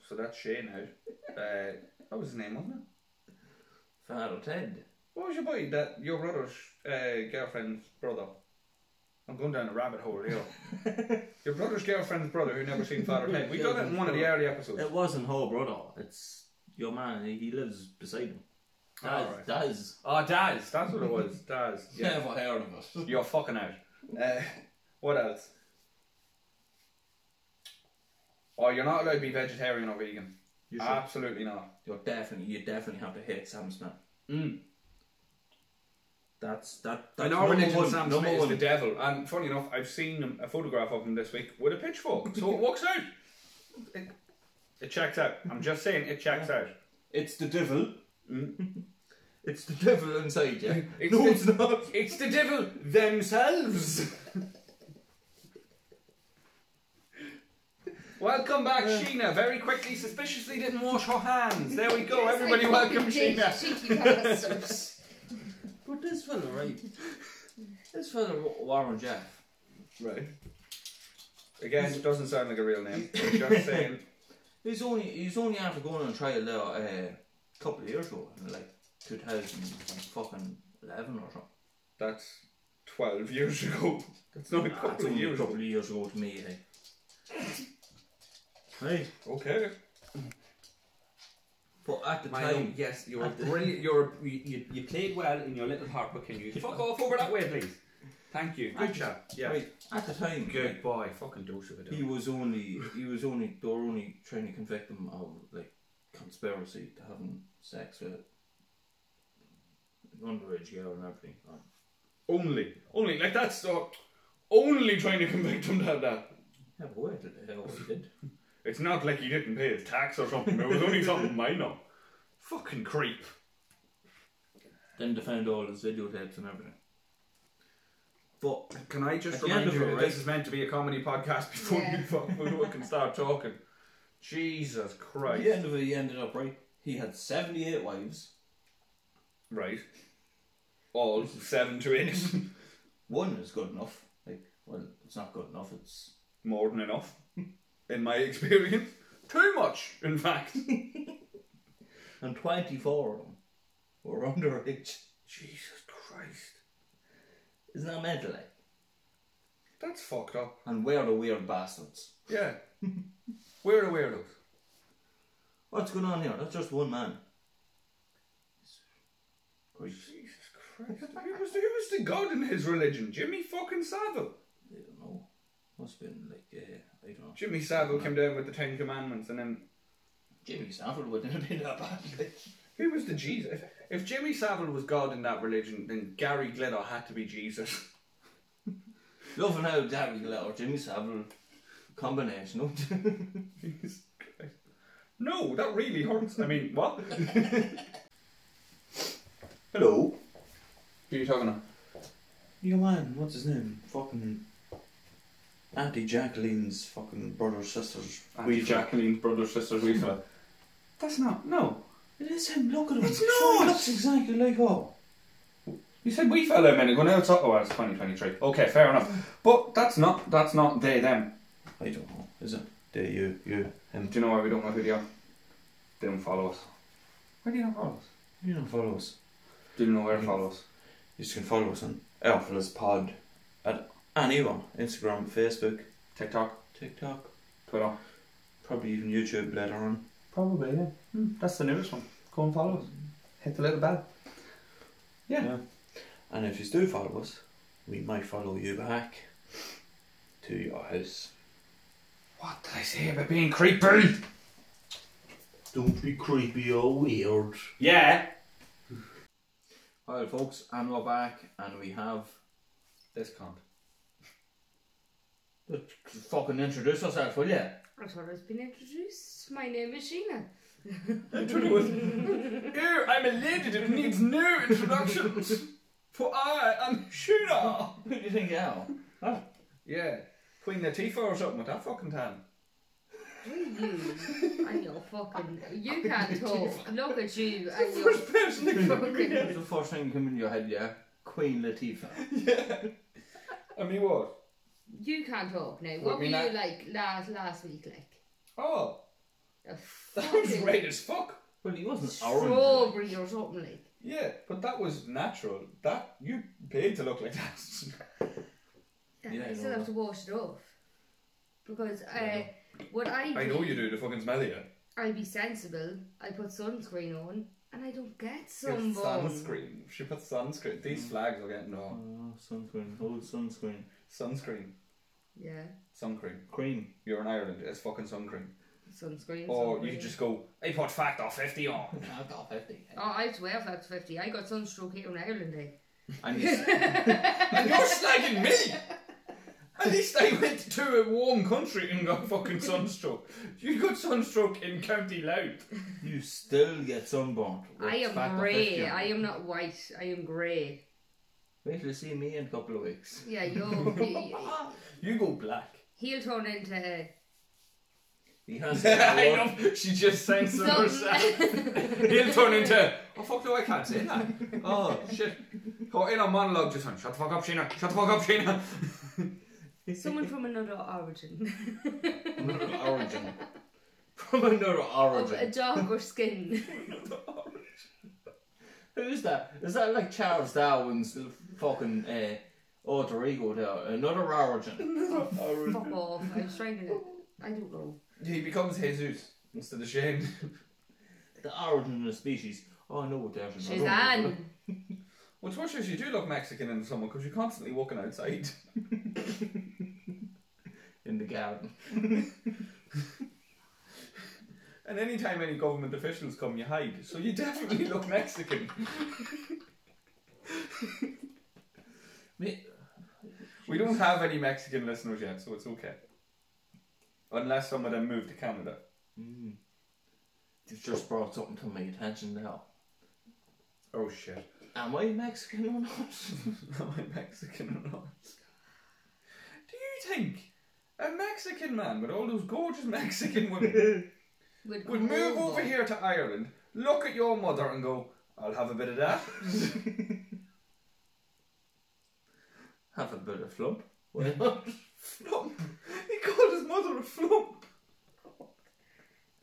A: so that's Shane out. Uh, that was his name, wasn't it?
B: Father
A: [laughs]
B: Ted.
A: What was your boy? That your brother's uh, girlfriend's brother. I'm going down a rabbit hole [laughs] here. your brother's girlfriend's brother who never seen Father Ted. [laughs] We done it in one of the early episodes.
B: It wasn't her brother. It's your man. He he lives beside him. Daz.
A: All right.
B: Daz.
A: Oh, Daz. That's what it was.
B: [laughs]
A: Daz. Yeah.
B: Never heard of it.
A: You're fucking out. Uh, what else? Oh, you're not allowed to be vegetarian or vegan.
B: [laughs] You should.
A: Absolutely not.
B: You're definitely. You definitely have to hate Sam Smith.
A: Mm.
B: That's that. That's
A: In our
B: number
A: religion,
B: one,
A: Sam
B: number
A: Smith is
B: one.
A: the devil. And funny enough, I've seen him- a photograph of him this week with a pitchfork. So
B: [laughs]
A: it works out. It, it checks out. I'm just saying, it checks out.
B: It's the devil. Mm. [laughs] it's the devil inside you.
A: [laughs] It's
B: no,
A: the-
B: it's not.
A: It's the devil themselves. welcome back, Sheena. Very quickly, suspiciously didn't wash her hands. There we go. Everybody, welcome, Sheena. [laughs]
D: Sheena.
B: But this fella, right? This fella, Wa- Warren Jeff.
A: Right. Again, it doesn't sound like a real [laughs] name. I'm just saying.
B: He's only he's only after going on trial there a uh, couple of years ago, in like 2011 or something.
A: That's 12 years ago. That's not a
B: Nah, it's
A: couple of
B: only
A: years
B: a couple
A: ago.
B: of years ago to me. eh? Hey. hey.
A: Okay.
B: But at the
A: My own,
B: time,
A: yes, you're a brilliant. You're a, you, you, you played well in your little harp, but can you fuck off over that way, please? Thank you. Good job. Yeah.
B: right, at the time,
A: Good boy. Fucking dose of it.
B: he was only he was only they were only trying to convict him of like conspiracy to having sex with an underage girl and everything. Like,
A: Only, only like that's uh, only trying to convict him to have that.
B: yeah, but wait till the hell he did.
A: It's not like he didn't pay his tax or something. It was [laughs] only something minor. Fucking creep.
B: Then they found all his videotapes and everything. But
A: Can I just
B: At the end
A: remind
B: of
A: you
B: it,
A: that
B: right?
A: this is meant to be a comedy podcast before
D: Yeah.
A: you fucking we can start talking? Jesus
B: at
A: Christ!
B: the end of it, he ended up right. He had seventy-eight wives.
A: Right. all seven to eight. [laughs]
B: One is good enough. Like, well, it's not good enough. It's
A: More than enough, in my experience. Too much, in fact.
B: and twenty four of them were [laughs] underage.
A: Jesus Christ.
B: Isn't that mental? Like?
A: [laughs] That's fucked up.
B: And we're the weird bastards.
A: Yeah. We're the weirdos.
B: What's going on here? That's just one man. Christ,
A: Jesus Christ. Who was, who was the god in his religion? Jimmy fucking Savile.
B: I don't know. Must have been like uh, I don't know.
A: Jimmy Savile came down with the Ten Commandments and then
B: Jimmy Savile wouldn't have been that bad. Like.
A: Who was the Jesus? If, if Jimmy Savile was God in that religion, then Gary Glitter had to be Jesus. [laughs]
B: Loving how Gary Glitter, Jimmy Savile combination. don't-
A: Jesus Christ. No, that really hurts. I mean, [laughs] what?
B: [laughs] Hello.
A: Who are you talking about?
B: Your man, what's his name? Fucking Auntie Jacqueline's fucking brother, sisters.
A: Auntie Jacqueline's brother, sister, we That's not. No.
B: It is him. Look at him.
A: It's
B: Sure,
A: not.
B: He looks exactly like her.
A: You said we fell a minute ago. Now it's oh, well, it's 2023. Okay, fair enough. But that's not. That's not they them.
B: I don't know. Is it? Yeah, you, you, him.
A: Do you know why we don't know who they are? They don't follow us. Why do you not follow us?
B: You don't follow us.
A: Do you know where to follow us?
B: You just can follow us on Elfless Pod at anyone Instagram, Facebook,
A: TikTok,
B: TikTok,
A: Twitter.
B: probably even YouTube later on.
A: Probably, yeah. That's the newest one. Go and follow us. Hit the little bell. Yeah.
B: And if you do follow us, we might follow you back to your house.
A: What did I say about being creepy?
E: Don't be creepy or weird.
A: Yeah.
B: Well, folks, and we're back, and we have
A: This can't. [laughs]
B: fucking introduce ourselves, will you?
D: I thought I'd been introduced. My name is Sheena.
A: Ew, I'm a lady that needs no introductions. For I am Shuna.
B: Who do you think you are?
A: Yeah. Queen Latifah or something with that fucking tan.
D: Who are [laughs] you? and you're fucking. You can't talk. Look at [laughs] you and you're
A: [laughs] First person that came to me.
B: That's the first thing that came into your head, yeah? Queen Latifah.
A: Yeah. I mean what?
D: You can't talk now. What,
A: What,
D: were
A: me
D: you
A: not-
D: like last last week? Like
A: Oh, [laughs]
D: a
A: that was
D: fucking
A: right as fuck.
B: Well, he wasn't orange.
D: strawberry or something like.
A: Yeah, but that was natural. That you paid to look like that.
D: Yeah,
B: Yeah, I
D: I still
B: know
D: have
B: that.
D: to wash it off because uh,
B: I
D: what I
A: [laughs] I know you do. The fucking smell of you.
D: I be sensible. I put sunscreen on and I don't get
A: Your
D: sunburn.
A: Sunscreen. She put sunscreen. These flags are getting
B: Oh,
A: on.
E: Ah,
B: sunscreen. Old sunscreen.
A: Sunscreen.
D: Yeah,
A: Suncreen.
B: Cream.
A: You're in Ireland. It's fucking suncreen. Or
D: sunscreen. sunburn.
A: Oh, you could just go. I put factor fifty on.
B: [laughs] [laughs] I've got 50.
D: Oh, I swear that's 50. I got sunstroke here in Ireland, eh?
B: And you,
F: [laughs]
A: And you're slagging me! At least I went to a warm country and got fucking sunstroke. You got sunstroke in County Louth.
B: you still get sunburned. with
D: I am
B: factor
D: grey.
B: 50.
D: I am not white. I am grey.
B: Wait till you see me in a couple of weeks.
A: [laughs]
D: Yeah, you're. he-
A: You go black. [laughs]
D: he'll turn into.
F: [laughs]
B: He has
A: I
B: to
A: know. She just censored herself.
D: Something.
A: He'll turn into. Oh fuck no, I can't say that. Oh shit. Her inner monologue just went, shut the fuck up, Sheena. Shut the fuck up, Sheena.
D: [laughs] Someone from another origin.
B: another origin. From another
D: of [laughs] a
B: origin.
D: darker skin. [laughs]
B: Who's that? Is that like Charles Darwin's fucking uh, alter ego there? Another origin.
D: Fuck off. I was trying to. I don't know.
A: He becomes Jesus instead of Shane.
B: The origin of the species. Oh, I know what there's another
D: Shazam.
B: one.
A: What's worse is you do look Mexican in the summer because you're constantly walking outside.
B: In the garden.
A: And anytime any government officials come, you hide. So you definitely look Mexican.
B: Me-
A: We don't have any Mexican listeners yet, so it's okay. Unless some of them move to Canada.
B: Mm. You've just brought something to my attention now.
A: Oh shit.
B: Am I Mexican or not?
A: [laughs]
B: [laughs]
A: Am I Mexican or not? Do you think a Mexican man with all those gorgeous Mexican women [laughs] would move over here to Ireland, look at your mother and go, I'll have a bit of that?
F: have a bit of flump. Why
B: [laughs]
F: not?
A: [laughs] Flump. He called his mother a flump.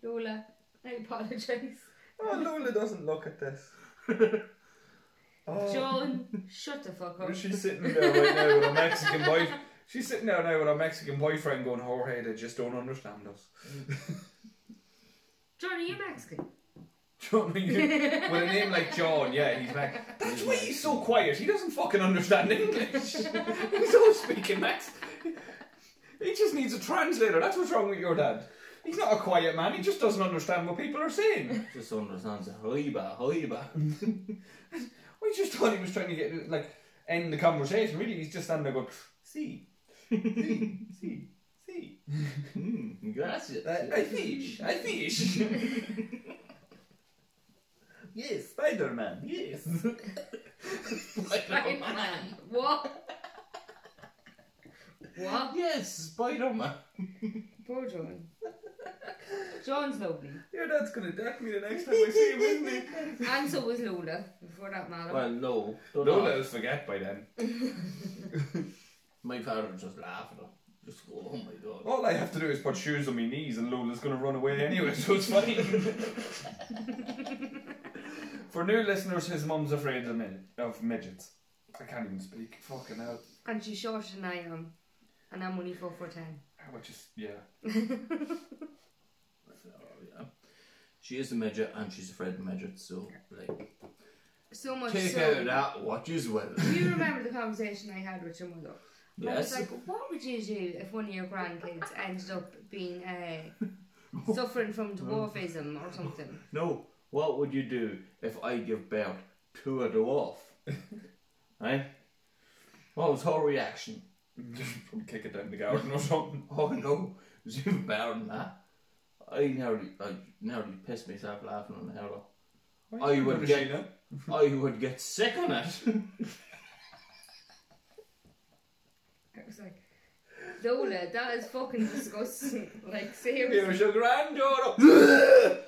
D: Lola, I apologise.
A: Oh, Lola doesn't look at this. [laughs] oh,
D: John, shut the fuck up.
A: she's sitting there right now with a Mexican boy. She's sitting there now with a Mexican boyfriend going, Jorge, they just don't understand us.
D: John, are you
F: [laughs]
D: Mexican?
A: [laughs] John, you, with a name like John, yeah, he's like, that's why he's so quiet. He doesn't fucking understand English. [laughs] he's all speaking Mexican. He just needs a translator. That's what's wrong with your dad. He's not a quiet man. He just doesn't understand what people are saying.
F: Just understands hoiba, hoiba.
A: We just thought he was trying to get like end the conversation. Really, he's just standing there going, see, see, see, see.
F: Hmm, gracias.
A: I, I fish. I fish. [laughs] yes, Spider Man. [laughs] Yes.
F: Spider Man.
D: What?
B: [laughs]
D: What?
F: Yes, Spider Man.
D: Poor John. John's lovely.
A: Your dad's gonna deck me the next time I see him, isn't he? [laughs]
D: And so was Lola, before that matter.
F: Well, no. Don't
A: Don't
F: know.
A: let us forget by then.
F: My father would just laugh at him. Just go, oh my god.
A: All I have to do is put shoes on my knees, and Lola's gonna run away anyway, so it's fine. [laughs] For new listeners, his mum's afraid of, mid- of midgets. I can't even speak. Fucking hell.
D: And she's shorter than I am. And I'm only four foot ten.
A: Which is yeah.
F: She is a midget and she's afraid of midgets, so like
D: So much
F: take
D: so.
F: out that watch as well. [laughs]
D: You remember the conversation I had with your mother? I was
F: yes.
D: like, what would you do if one of your grandkids ended up being uh, suffering from dwarfism or something?
F: No. What would you do if I give birth to a [laughs] dwarf? right? What was her reaction? [laughs]
A: Probably kick it down the garden or [laughs] something.
F: Oh no, it was even better than that. I nearly, I nearly pissed myself laughing on the hell. I would
A: Sheena.
F: get- [laughs] I would get sick on it. [laughs]
D: I was like, Lola, that is fucking disgusting. [laughs] like, seriously.
A: Here's your granddaughter.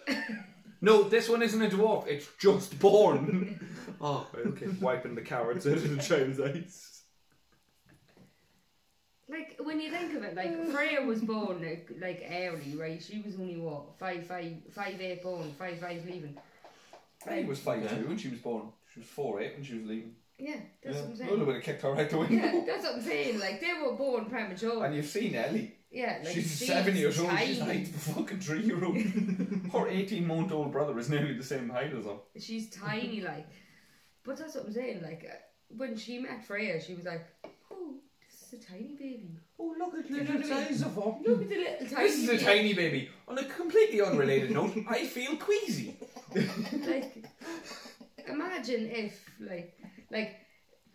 A: [laughs] no, this one isn't a dwarf. It's just born. [laughs] oh, okay. Wiping the carrots out of the child's eyes.
D: Like, when you think of it, like, Freya was born, like, like early, right? She was only, what, five, five, five, eight born, five, five leaving.
A: He was five
F: Yeah.
A: two when she was born. She was four eight when she was leaving.
D: Yeah, that's what I'm
A: Lola
D: saying.
A: would have kicked her out the window.
D: Yeah, that's what I'm saying. Like, they were born
A: [laughs]
D: premature.
A: And you've seen Ellie.
D: yeah, like,
A: she's seven years old. She's
D: tiny.
A: like the fucking three year
D: [laughs]
A: old. her eighteen month old brother is nearly the same height as her. [laughs]
D: She's tiny, like. But that's what I'm saying. Like uh, when she met Freya, she was like, "Oh, this is a tiny baby.
A: Oh look at
D: know little what I mean? size
A: of her.
D: Look at the [laughs] little tiny."
A: This is a tiny baby. On a completely unrelated note, I feel queasy.
D: Like, imagine if, like, like,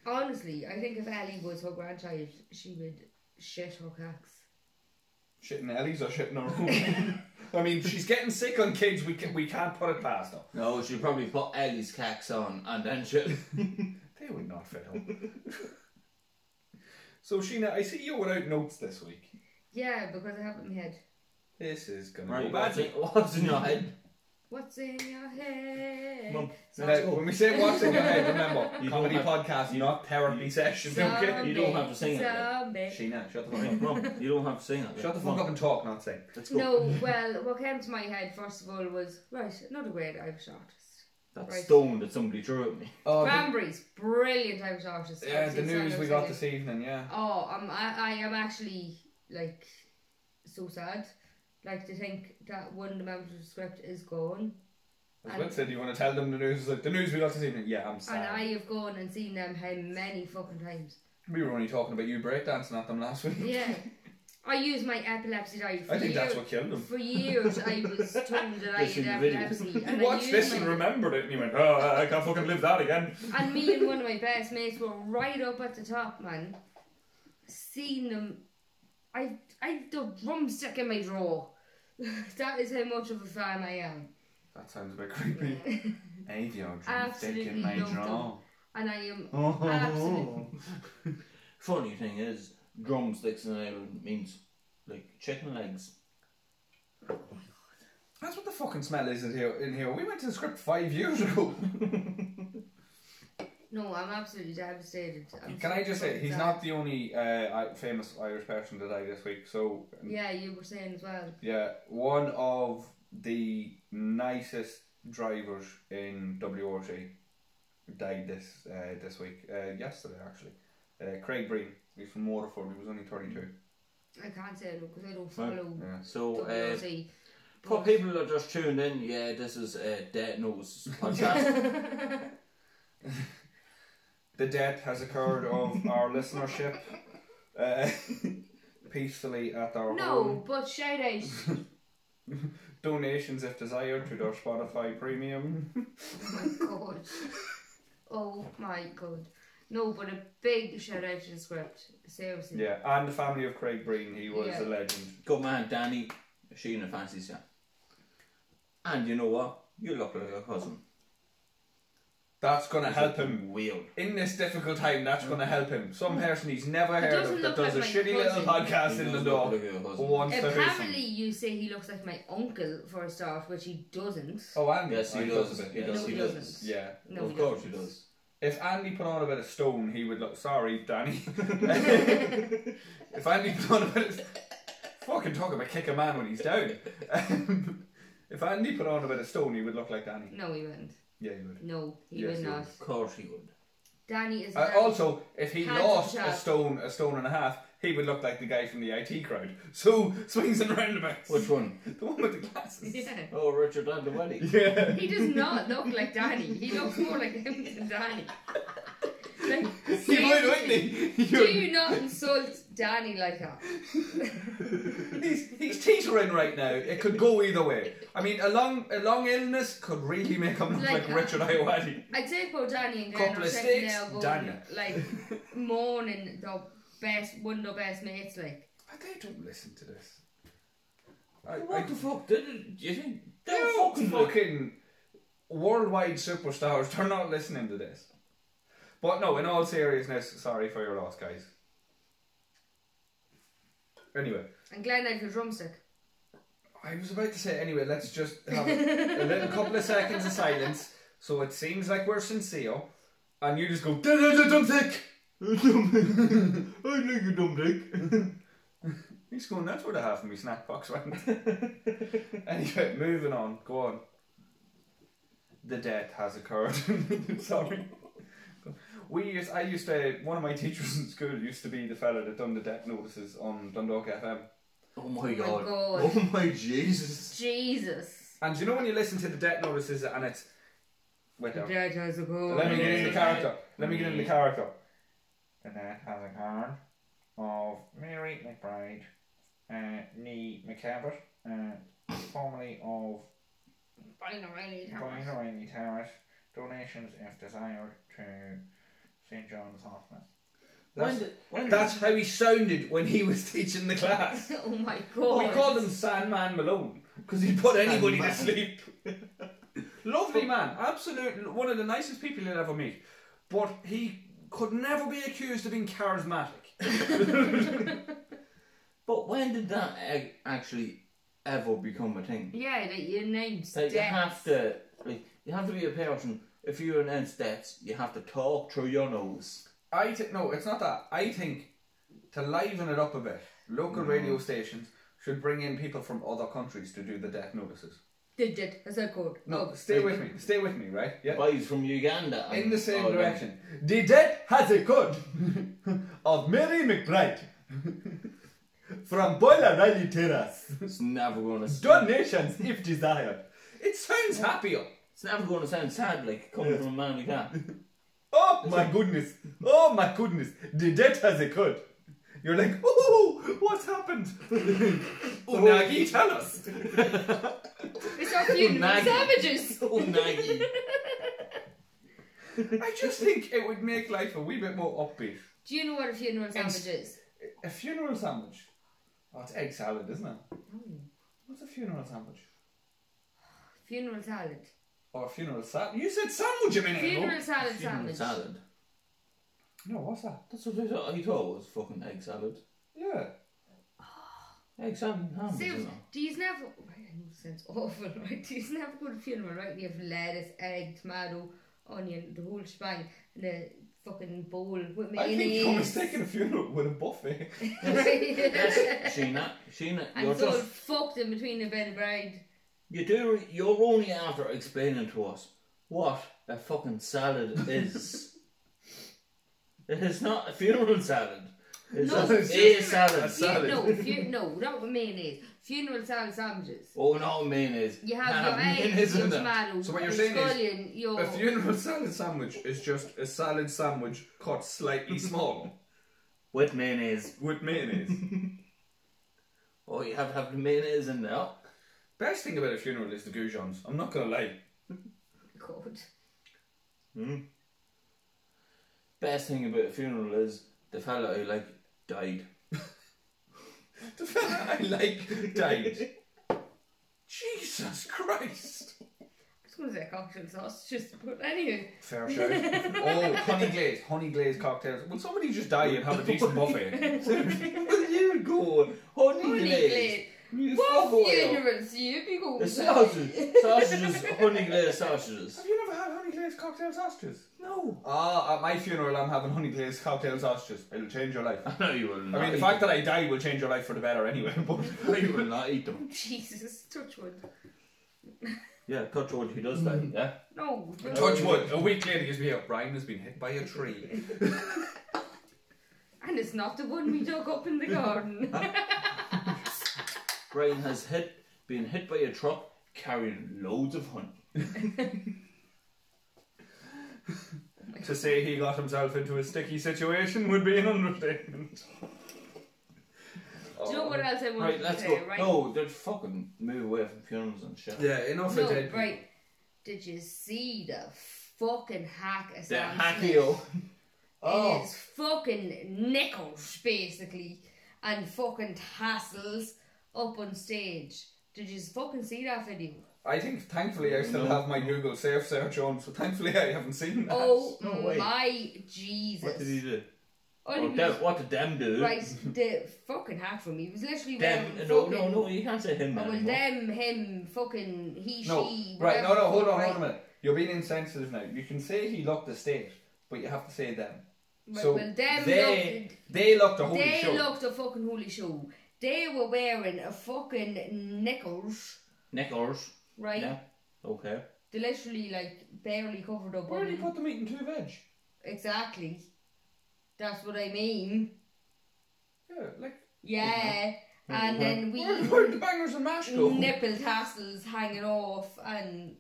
D: honestly, I think if Ellie was her grandchild, she would shit her cocks.
A: Shitting Ellie's or shitting her
D: [laughs]
A: own. I mean, she's getting sick on kids. We can, we can't put it past her.
F: no, she'd probably put Ellie's cacks on and then she.
A: They would not fit her.
D: [laughs]
A: so Sheena, I see you without notes this week.
D: Yeah, because I have it in my head.
A: This is gonna
F: Right,
A: go badly.
F: [laughs] what's in your head?
D: What's in your head?
F: Mum,
D: So-
A: Now, when we say what's in your [laughs] head, remember,
F: You don't
A: comedy
F: have-
A: podcast, not therapy session, okay?
D: Zombie,
F: You don't have to sing it, like.
D: zombie.
A: Sheena, [laughs] shut the fuck up.
F: Mum, you don't have to sing that.
A: Shut the fuck up and talk, not sing.
F: Let's go. [laughs]
D: No, well, what came to my head first of all was right, another great Irish artist.
F: That
D: Right.
F: stone that somebody threw at me. [laughs]
A: Oh,
D: Cranberries, brilliant Irish artist.
A: the, yeah, the
D: Actually, it's
A: news
D: not
A: we
D: outside
A: got
D: it.
A: this evening, yeah.
D: Oh, um, I, I am actually like so sad, like to think that one of the members of the script is gone,
A: I was about to say, do you want to tell them the news? It's like, the news we got this evening? Yeah, I'm
D: and
A: sad.
D: I have gone and seen them how many fucking times.
A: We were only talking about you breakdancing at them last week.
D: Yeah, [laughs] I used my epilepsy diet.
A: [laughs]
D: For
A: I think
D: years.
A: that's what killed them.
D: For years, I was told
A: [laughs]
D: that I
F: Just in
D: had
F: the video.
D: epilepsy.
A: You
D: [laughs] and I
A: watched
D: used
A: this
D: my-
A: and remembered it, and you went, oh, I I can't fucking live that again.
D: And me and one of my best mates were right up at the top, man. Seeing them, I I had the drumstick in my drawer. [laughs] that is how much of a fan I am.
A: That sounds a bit
D: [laughs]
A: creepy. Avio,
D: Absolutely loved And I am absolutely.
A: Oh.
F: Funny thing is, drumsticks in Ireland means like chicken legs.
A: That's what the
D: [laughs]
A: fucking smell is in here. In here, we went to the script five years ago.
D: No, I'm absolutely devastated. I'm
A: Can I just
D: so
A: say, he's
D: sad.
A: not the only uh, I- famous Irish person to die this week. So,
D: Yeah, you were saying as well.
A: yeah, one of the nicest drivers in WRC died this uh, this week, uh, yesterday actually. Uh, Craig Breen, he's from Waterford, he was only 32.
D: I can't say no because I don't follow
A: Yeah. Oh, uh,
F: So, uh,
D: WRC.
F: for people that just tuned in, yeah, this is a
D: [laughs]
F: Dead Nose podcast.
A: The death has occurred of
D: [laughs]
A: our listenership uh, [laughs] peacefully at our home.
D: No, but shout out. [laughs]
A: Donations, if desired, to their Spotify
F: [laughs]
A: premium.
D: oh my god. Oh my god. No, but a big shout out to the script. Seriously.
A: yeah, and the family of Craig Breen, he was
D: Yeah.
A: a legend.
F: Good man, Danny. She in a fancy set. And you know what? You look like a cousin.
A: That's going to help him.
F: Weird.
A: In this difficult time, that's going to help him. Some person he's never heard
D: doesn't
A: of that
D: look
A: does
D: like
A: a
D: my
A: shitty little
D: cousin.
A: podcast
F: He
A: in the
F: does
A: door
F: look like your cousin.
A: wants to hear
D: Apparently,
A: something.
D: you say he looks like my uncle for a start, which he doesn't.
A: Oh, Andy.
F: Yes, he
A: Oh,
F: does.
A: a bit. He
F: Yes,
A: does.
D: No, he doesn't.
A: Yeah.
D: No,
F: of
D: he
F: course he
D: doesn't.
F: does.
A: If Andy put on a bit of stone, he would look. Sorry,
F: [laughs]
A: Danny. [laughs] if Andy put on a bit of. Fucking talk about kick a man when he's down. [laughs] if Andy put on a bit of stone, he would look like Danny.
D: No, he wouldn't.
A: Yeah, he would.
D: No, he
A: Yes,
D: would
A: he
D: not.
F: Of course he would.
D: Danny is.
A: Uh,
D: very- [laughs]
A: also, if he
D: Hands
A: lost
D: up.
A: a stone, a stone and a half, he would look like the guy from the IT crowd. So swings and roundabouts.
F: Which one?
A: [laughs] The one with the glasses.
D: [laughs] Yeah.
F: Oh, Richard and
A: [laughs]
F: the wedding.
A: Yeah.
D: He does not look like Danny. He looks more like him
A: [laughs]
D: than Danny. Like,
A: You would, wouldn't
D: seriously,
A: he? You
D: Do
A: would.
D: you not insult Danny like that?
A: He's, he's teetering right now. It could go either way. I mean, a long a long illness could really make him look like,
D: Like, uh,
A: Richard Iowati.
D: I'd say poor Danny and
A: Couple
D: Glenn are
A: of
D: sitting
A: steaks,
D: there going,
A: Danny. [laughs]
D: like mourning the best one of the best mates like.
A: But they don't listen to this.
F: What the fuck did it? Do you think? They
A: They're
F: were
A: fucking,
F: fucking [laughs] like,
A: worldwide superstars. They're not listening to this. But no, in all seriousness, sorry for your loss, guys. Anyway,
D: And Glenn had a drumstick.
A: I was about to say, anyway, let's just have a, a little couple of seconds of silence so it seems like we're sincere and you just go, "Da, da, da, dum thick!
F: I like Oh, you, dumb dick.
A: He's going, that's where the half of my snack box went. [laughs] anyway, moving on. Go on. The death has occurred. [laughs] Sorry. We used, I used to, one of my teachers in school used to be the fella that done the death notices on Dundalk FM.
F: Oh my
D: my
F: god.
D: God.
F: Oh my Jesus.
D: Jesus.
A: And you know when you listen to the death notices and it's, wait there.
D: Dad has a goal.
A: Let me get into character. Let me get into character. The death has occurred of Mary McBride, uh, Nee McCabbert, uh, formerly of
D: Fine, I need help.
A: Buying a rainy terrace, donations if desired to St John's Hospital.
F: When
A: That's,
F: did, when
A: that's how he sounded when he was [laughs] teaching the class.
D: [laughs] Oh my
A: we
D: god.
A: called him Sandman Malone because he put anybody to
F: Sandman.
A: sleep. [laughs] Lovely man, absolutely one of the nicest people you'll ever meet. But he could never be accused of being charismatic.
F: But when did that a- actually ever become a thing?
D: Yeah, like your name's
F: Like, you
D: Death.
F: have to, like, you have to be a person. If you announce deaths, you have to talk through your nose.
A: I think no, it's not that. I think to liven it up a bit, local radio stations should bring in people from other countries to do the death notices.
D: Did it. That's a code.
A: No,
D: Oh.
A: stay with me. Stay with me, right? Yeah.
F: Boys from Uganda. and-
A: In the same
F: oh, them-
A: direction. The death has occurred [laughs] of Mary McBride [laughs] from Boiler Riley Terrace.
F: It's never gonna.
A: Donations if desired. It sounds happier.
F: It's never gonna sound sad, like coming from a man like [laughs] that.
A: Oh my goodness. Oh my goodness. The death has occurred. You're like, oh, what's [laughs] happened? Unagi, tell us.
D: It's
F: [laughs]
D: not you,
F: Maggie.
D: savages.
F: oh, Naggy.
A: I just think it would make life a wee bit more upbeat.
D: Do you know what a funeral sandwich is?
A: A funeral sandwich. Oh, it's egg salad, isn't it?
D: Mm.
A: What's a funeral sandwich?
D: Funeral salad.
A: Or a funeral salad? You said sandwich a minute ago.
D: Funeral salad
F: Funeral
D: sandwich.
F: salad.
A: No, what's that?
F: That's what I thought. I thought it was fucking egg salad.
A: Yeah.
F: Egg salad and ham.
D: Seriously,
F: isn't it?
D: do you never? It sounds awful, [laughs] right? Do you never go to funeral, right? And you have lettuce, egg, tomato, onion, the whole shebang, in a fucking bowl with
A: I think Thomas
D: mayonnaise. [laughs]
A: taking a funeral with a buffet.
F: Yes, Sheena, Sheena, you're
D: and so
F: just,
D: fucked in between the bed and bread.
F: you do, you're only after explaining to us what a fucking salad is. it is not a funeral salad. It's
D: No,
F: just a salad.
A: salad.
D: No, fu- no, not with mayonnaise. Funeral salad sandwiches.
F: Oh, not mayonnaise.
D: You have
F: Nah,
D: your eggs,
F: mayonnaise
D: your
F: in there.
D: tomatoes,
A: So what you're
D: your
A: saying is,
D: scallion, your
A: A funeral salad sandwich is just a salad sandwich cut slightly smaller
F: With mayonnaise.
A: with mayonnaise.
F: Oh, you have have mayonnaise in there.
A: Best thing about a funeral is the goujons. I'm not gonna lie. [laughs]
D: God.
F: Best thing about a funeral is the fella who like
D: [laughs]
F: died. [laughs]
A: The fella I like died. Jesus Christ.
D: It's gonna say cocktail sauce, just but anyway.
A: [laughs] Fair shout. oh, honey glazed, honey glazed cocktails. Will somebody just die and have a decent buffet?
F: Will you go? Honey,
D: Honey
F: glaze.
D: glazed.
F: You
D: What
F: fuck all you.
D: funerals you be going
F: The
D: to?
F: sausage, sausages, honey glazed
A: [laughs]
F: sausages.
A: have you never had honey glazed cocktail sausages?
F: No.
A: Ah, at my funeral, I'm having honey glazed cocktail sausages. It'll change your life.
F: No, you will
A: I
F: not.
A: mean, the
F: eat
A: fact
F: them.
A: that I die will change your life for the better anyway. [laughs] But
F: No, you will not eat them.
D: Jesus, touch wood.
F: Yeah, touch wood, he does that. Yeah.
D: No. no.
A: touch wood. A week later, gives me up. Brian has been hit by a tree.
D: And it's not the one we dug up in the garden.
F: Brian has hit, been hit by a truck carrying loads of honey.
A: to say he got himself into a sticky situation would be an understatement.
D: Do you know what else I wanted
F: Right,
D: to
F: let's
D: say,
F: go.
D: right?
F: No, they'd fucking move away from funerals and shit.
A: Yeah, enough
D: No,
A: of dead.
D: right. Did you see the fucking hack of
F: The
D: Sam Smith?
F: hackio. Oh.
D: It is fucking knickers, basically, and fucking tassels up on stage. Did you fucking see that
F: [laughs]
D: video?
A: I think thankfully I still
F: No.
A: have my Google safe search on, so thankfully I haven't seen that.
D: Oh
F: no way.
D: my Jesus.
F: What did he do?
D: All he
F: Oh,
D: was-
F: them, what did them do?
D: Right, the fucking hack from me was literally
F: Them,
D: wearing
F: no,
D: fucking,
F: no, no, you can't say him
D: Oh, well,
F: anymore.
D: them, him, fucking, he,
A: no,
D: she.
A: right, no,
D: whatever
A: no, hold
D: fuck,
A: on, hold
D: right?
A: on a minute. You're being insensitive now. You can say he locked the state, but you have to say them.
D: Well,
A: so
D: well, them
A: they
D: locked-
A: they locked a holy
D: they
A: show.
D: looked a fucking holy show. They were wearing a fucking knickers,
F: Knickers.
D: right?
F: Yeah. Okay.
D: They literally like barely covered up.
A: Where
D: on
A: did he
D: them.
A: put the meat and two veg?
D: Exactly. That's what I mean.
A: Yeah, like
D: Yeah. And then we
A: where, where did the bangers and mash go?
D: nipple tassels hanging off and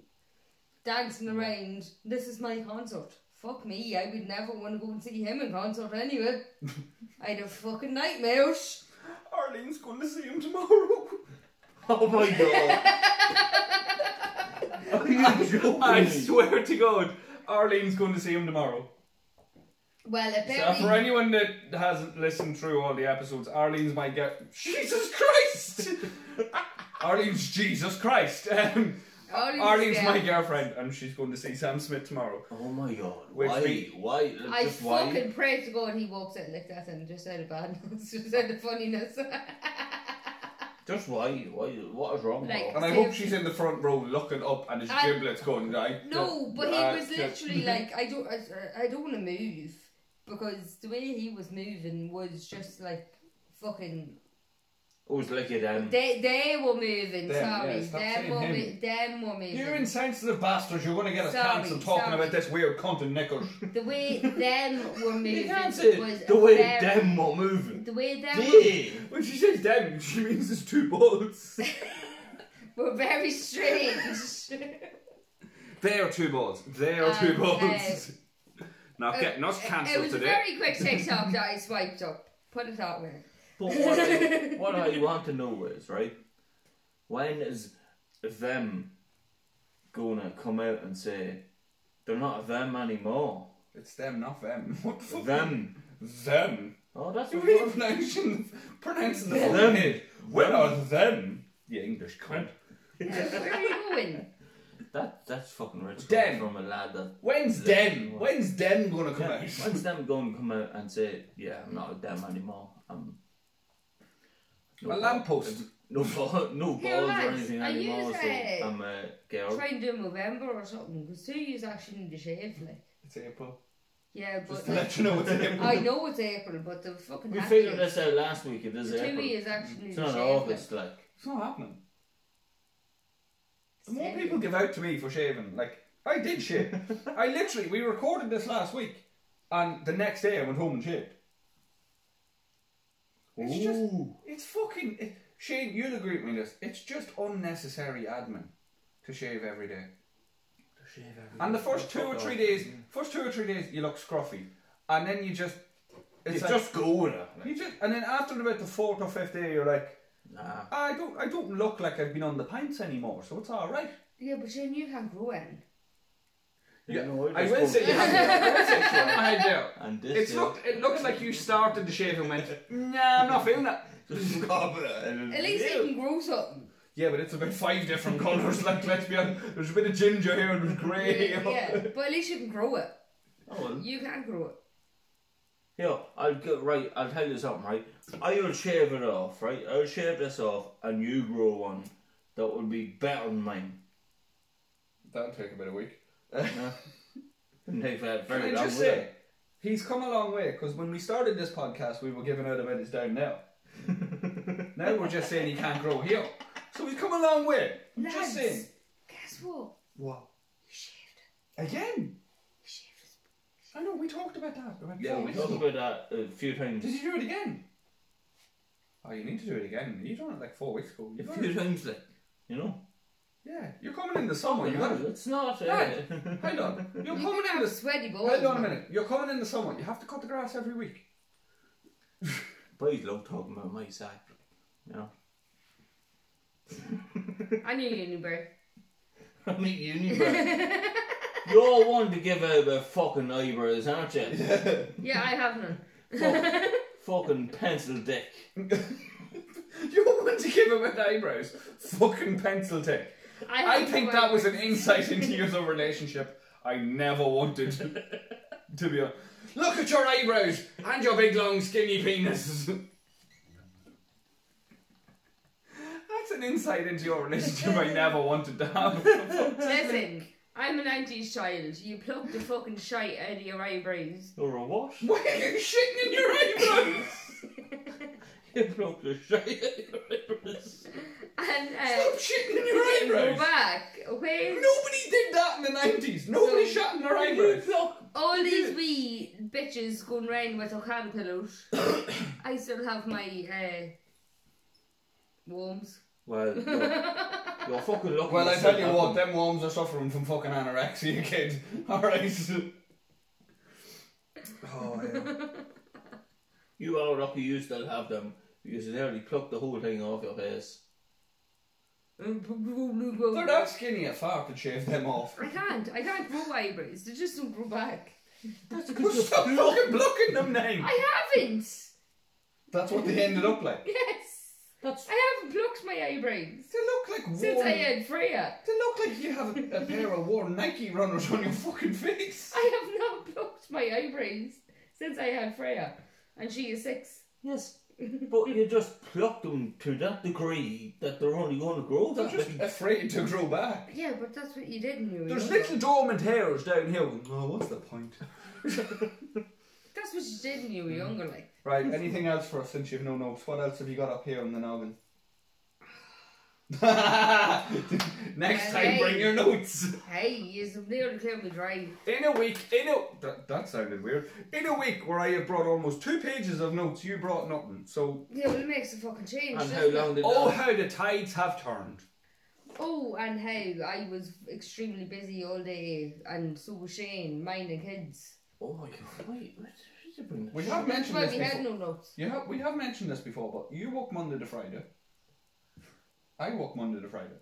D: dancing around. This is my concert. Fuck me, I would never want to go and see him in concert anyway. I'd have fucking nightmares.
A: Arlene's going to see him tomorrow.
F: [laughs]
A: [laughs]
F: Oh my god.
A: [laughs]
F: Are you joking?
A: I swear to God, Arlene's going to see him tomorrow.
D: Well,
A: So
D: apparently.
A: for anyone that hasn't listened through all the episodes, Arlene's my get. Jesus Christ! [laughs] Arlene's Jesus Christ. [laughs] Um,
D: Arlene's
A: Arlene's my
D: girl.
A: girlfriend, and she's going to see Sam Smith tomorrow.
F: [laughs] Oh my god.
A: Which
F: Why?
A: we-
F: Why?
D: I
F: Just why?
D: fucking pray to God he walks out like that and just out of badness, [laughs] just out of funniness.
F: Just why? Why? What is wrong?
D: Like-
A: And
F: bro?
A: I hope she's in the front row looking up, and his
D: I-
A: giblets going. Uh, I,
D: no, but he
A: I- [laughs]
D: was literally like, I don't, I, I don't want to move because the way he was moving was just like fucking.
F: It was like it um,
D: They they were moving.
A: Them,
D: sorry,
A: yeah, stop
D: them
A: saying
D: were
A: him.
D: mo- them were moving.
A: You insensitive bastards! You're going to get us
D: Sorry,
A: cancelled talking
D: sorry.
A: about this weird cunt and knickers. [laughs]
D: the way them were moving
F: You can't say
D: was
F: the way
D: very-
F: them were moving.
D: The way them
F: Yeah.
A: when she says them, she means there's two
D: [laughs]
A: balls.
D: were very strange.
A: they are two balls. They are two
D: Um,
A: balls. not [laughs]
D: uh,
A: getting us
D: it
A: cancelled
D: was a
A: today.
D: very quick TikTok that I swiped up. Put it that way.
F: But what I, what I want to know is, right, when is them gonna come out and say they're not them anymore?
A: It's them, not them. [laughs] What the fuck?
F: Them.
A: Them.
F: Oh, that's
A: You
F: what
A: really pronouncing pronouncing the
F: Them.
A: fucking name. When
F: Them.
A: are them? You English cunt.
D: Where are you going?
F: that that's fucking rich.
A: Them.
F: coming From a lad that.
A: When's them? When's them gonna come
F: Yeah,
A: out?
F: when's them going to come out and say, yeah, I'm not them anymore. I'm
A: A lamppost.
F: [laughs] No, ball, no balls
D: Yeah,
F: or
D: lads,
F: anything
D: are you
F: anymore. So
D: say-
F: I'm a girl.
D: Try and do November or something, because two years actually need to shave, like.
A: It's April.
D: Yeah, but
F: Just to let you know what's happening.
D: I know it's April, but the fucking
F: We
D: happy
F: figured
D: is-
F: this out last week. It is
D: The
F: April.
D: Tui is actually
F: It's
D: the
F: not
D: shape
F: August, like.
A: It's not happening. The more
D: Same.
A: people give out to me for shaving, like I did
F: [laughs]
A: shave. I literally we recorded this last week, and the next day I went home and shaved. It's just
F: Ooh.
A: it's fucking it, Shane. You'll agree with me on this. It's just unnecessary admin to shave every day. And the first two or three days, first two or three days, you look scruffy, and then you just it's
F: It's
A: like,
F: just going.
A: you just and then after about the fourth or fifth day, you're like,
F: Nah.
A: I don't I don't look like I've been on the pints anymore, so it's all right.
D: Yeah, but Shane, you can grow in.
A: Yeah,
F: No, it
A: I
F: just
A: will
F: goes
A: say
F: down.
A: I do.
F: And this
A: It's
F: day-
A: looked it looked like you started to shave and went, nah, I'm not feeling that.
F: Just rub it and-
D: At least you can
A: [laughs]
D: grow something.
A: Yeah, but it's about five different colours. [laughs] Like, let's be honest, there's a bit of ginger here and there's grey here.
D: Yeah, but at least you can grow it.
F: Oh, well.
D: You can grow it.
F: Yeah, I'll go right. I'll tell you something, right? I will shave it off, right? I'll shave this off, and you grow one that will be better than mine.
A: That'll take about a week.
F: Didn't take that
A: Can
F: very
A: I
F: long.
A: just
F: would
A: say, he's come a long way because when we started this podcast, we were giving out about his down [laughs] now. now we're just saying he can't grow here. So he's come a long way. I'm just
D: Lads.
A: saying.
D: Guess what?
A: What?
D: You shaved it.
A: Again?
D: You shaved it.
A: I know, we talked about that. about
F: it? Yeah,
A: four
F: Oh, we
A: weeks
F: talked
A: ago.
F: about that a few times.
A: Did you do it again? Oh, you need to do it again. You done it like four weeks ago.
F: A
A: You've done
F: few
A: it.
F: times, like you know.
A: [laughs] Yeah, you're coming in the summer. Oh, You got to.
F: it's not. Uh,
A: Right.
F: [laughs]
A: Hold on. You're
D: You
A: coming in
D: can have
A: the.
D: sweaty balls.
A: Hold on a
D: man.
A: minute. You're coming in the summer. You have to cut the grass every week. [laughs]
F: boys love talking about my side. You know.
D: I knew you knew better.
F: I mean, uni bro. [laughs] You're one to give out about fucking eyebrows, aren't you?
D: Yeah, I have none.
A: [laughs]
F: Fuck, fucking pencil dick.
A: You want to give him an eyebrows? Fucking pencil tick.
D: I,
A: I
D: have
A: think
D: no
A: that was an
D: idea.
A: insight
D: [laughs]
A: into your relationship I never wanted to be on. Look at your eyebrows and your big long skinny penis. That's an insight into your relationship I never wanted to
D: [laughs]
A: have.
D: Listen, I'm a 90s child. You plucked the fucking shite out of your eyebrows.
F: You're a what?
A: Why are you shitting in your eyebrows?
F: [laughs] You broke the shit out of your eyebrows.
D: And, uh,
A: Stop shitting in your
D: go
A: eyebrows.
D: back. Okay?
A: Nobody did that in the 90s. Nobody
D: So-
A: shot in their eyebrows.
D: All these wee bitches going round with their hand pillows. I still have my uh, worms.
F: Well, you're, you're fucking lucky.
A: Well, I
F: still
A: tell you
F: have
A: what,
F: them.
A: them worms are suffering from fucking anorexia, kid. [laughs] Alright. Oh, yeah.
F: you are lucky you still have them because you nearly plucked the whole thing off your face.
A: They're that skinny at far to shave them off.
D: I can't. I can't grow eyebrows. They just don't grow back.
A: [laughs] Stop fucking blocking them now!
D: I haven't.
A: That's what they ended up like.
D: Yes.
F: That's
D: I haven't plucked my eyebrows
A: They look like worn...
D: since I had Freya.
A: They look like you have a, a pair of worn Nike runners on your fucking face.
D: I have not [laughs] plucked my eyebrows since I had Freya, and she is six.
F: yes, but you just plucked them to that degree that they're only going to grow
A: They're
F: that
A: [laughs] just
F: big.
A: afraid to grow back.
D: Yeah, but that's what you did, in your
A: There's little dormant hairs down here. Oh, what's the point?
D: That's what you did when you were younger, like.
A: Right, anything else for us since you've no notes? What else have you got up here on the noggin? [laughs] Next time, bring your notes.
D: Hey, you're nearly clear me dry.
A: In a week, in a that, that sounded weird. In a week where I have brought almost two pages of notes, you brought nothing. So,
D: Yeah, well, it makes a fucking change.
F: And how
D: doesn't it?
F: long did
A: oh,
F: that?
A: how the tides have turned.
D: Oh, and how I was extremely busy all day, and so was Shane, minding kids.
F: Oh my god! Wait, what did you bring?
A: We
F: this?
A: have
D: That's
A: mentioned
D: why
A: this
D: we had
A: before.
D: no notes. [laughs]
A: You have, we have mentioned this before, but you work Monday to Friday. I work Monday to Friday.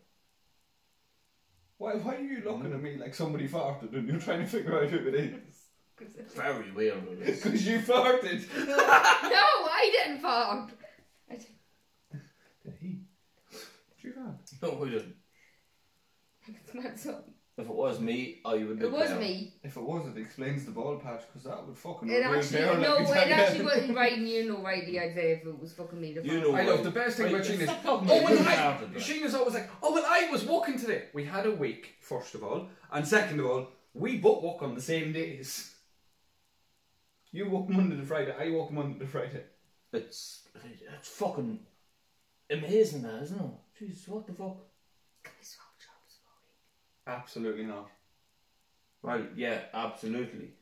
A: Why, why are you looking at me like somebody farted and you're trying to figure out who it is? [laughs]
F: Very weird. it is.
A: Because you farted.
D: No, I didn't fart. I d-
A: Did he? Did you fart?
F: No, we didn't.
D: I can smell something.
F: If it was me, I would. be
D: It was
F: down.
D: me.
A: If it was, it explains the ball patch because that would fucking.
D: It
A: ruin
D: actually,
A: hair
D: no,
A: like
D: it
A: a tag. [laughs]
D: actually wasn't
F: [laughs]
D: right, and you know rightly, I'd say if it was fucking me to
F: You
D: fart.
F: know
A: I
F: why.
A: love the best thing
F: Right,
A: about Sheen is.
F: stop
A: Oh,
F: talking about
A: well,
F: me.
A: I,
F: Farted, right?
A: Sheen is always like, oh, well, I was walking today. We had a week, first of all, and second of all, we both walk on the same days. You work Monday to Friday. I work Monday to Friday.
F: It's it's fucking amazing, that isn't it? Jeez, what the fuck?
D: Can we swap jobs for a week?
A: Absolutely not.
F: Right, yeah, absolutely.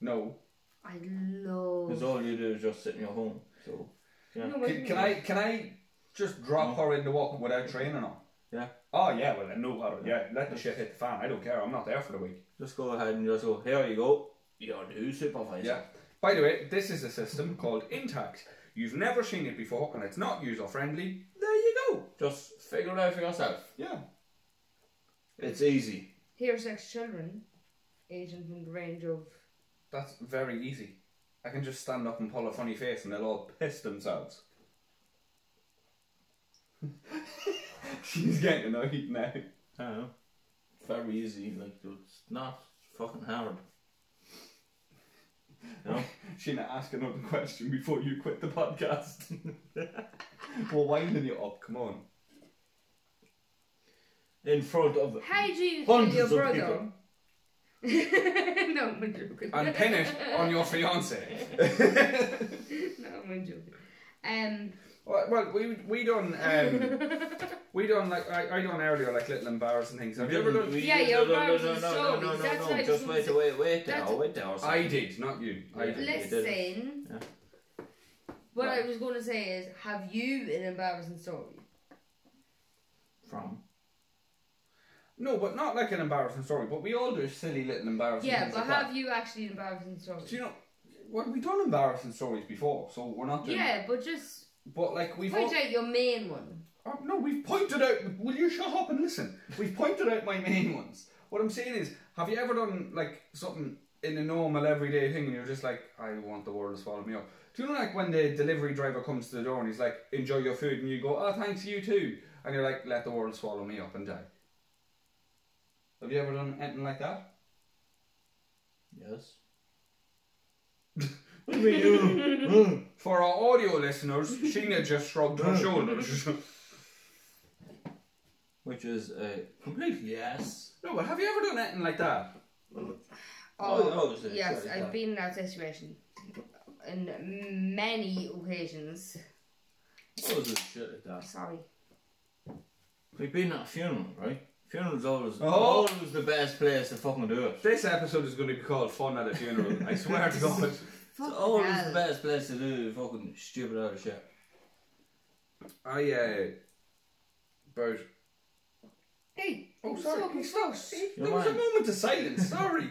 A: No.
D: I
F: Because
D: love.
F: all you do is just sit in your home. So yeah,
D: No,
A: Can, can I can I just drop her into work without training her?
F: Yeah.
A: Oh yeah, well then no bother. Yeah, let the shit hit the fan. I don't care. I'm not there for the week.
F: just go ahead and just go. Here you go. You're the new supervisor.
A: Yeah. By the way, this is a system called Intax. You've never seen it before, and it's not user friendly. There you go.
F: Just figure it out for yourself.
A: Yeah.
F: It's easy.
D: Here's ex children, agent in the range of.
A: That's very easy. I can just stand up and pull a funny face, and they'll all piss themselves. [laughs] She's getting annoyed now.
F: I don't know. Very easy. Like it's not fucking hard.
A: Sheena, ask another question before you quit the podcast. [laughs] We're winding you up. Come on.
F: In front of
D: How do you kill
F: Hundreds
D: your
F: of
D: brother? [laughs] no, I'm joking.
A: And pin it on your fiance.
D: No, I'm joking. Um,
A: well, well, we we done
D: [laughs]
A: um, we done like I, I done earlier like little embarrassing things. Have you ever done?
D: Yeah, your brows and stories,
F: No, no,
D: that's
F: no,
D: what I
F: no,
D: just
F: just
D: wanted
F: wait,
D: to-
F: wait, wait there,
D: that's-
F: wait there.
A: I did, not you. I
F: Yeah.
A: did.
F: Let's- did it.
D: listen. What I was going to say is, have you an embarrassing story?
F: From.
A: No, but not like an embarrassing story. But we all do silly little embarrassing.
D: Yeah,
A: things like
D: but
A: that.
D: have you actually an embarrassing story?
A: Do you know? Well, we've done embarrassing stories before, so we're not doing.
D: yeah, but just
A: But like we've all,
D: point out your main one.
A: Oh, no, we've pointed out. Will you shut up and listen? We've pointed out my main ones. What I'm saying is, have you ever done like something in a normal everyday thing, and you're just like, I want the world to swallow me up? Do you know like when the delivery driver comes to the door and he's like, enjoy your food, and you go, oh, thanks, you too, and you're like, let the world swallow me up and die. Have you ever done anything like that?
F: Yes. [laughs] what do we do? Hmm.
A: For our audio listeners, Sheena just shrugged her shoulders. [laughs]
F: Which is a complete yes.
A: no, but have you ever done anything like that?
F: Oh, oh, so-
D: yes,
F: sorry,
D: I've
F: sorry.
D: been in that situation on many occasions.
F: What was this shit like that?
D: Sorry.
F: We've been at a funeral, right? Funeral's always
A: Oh.
F: always the best place to fucking do it.
A: This episode is going to be called "Fun at a Funeral." I swear to [laughs] God.
F: It's
D: Fucking
F: always
D: hell.
F: the best place to do fucking stupid out of shit.
A: I uh, about
D: Hey,
A: Oh,
D: I'm
A: sorry.
D: so
A: He's
D: close.
A: there
F: You're
A: was a
F: right.
A: moment of silence. [laughs] Sorry.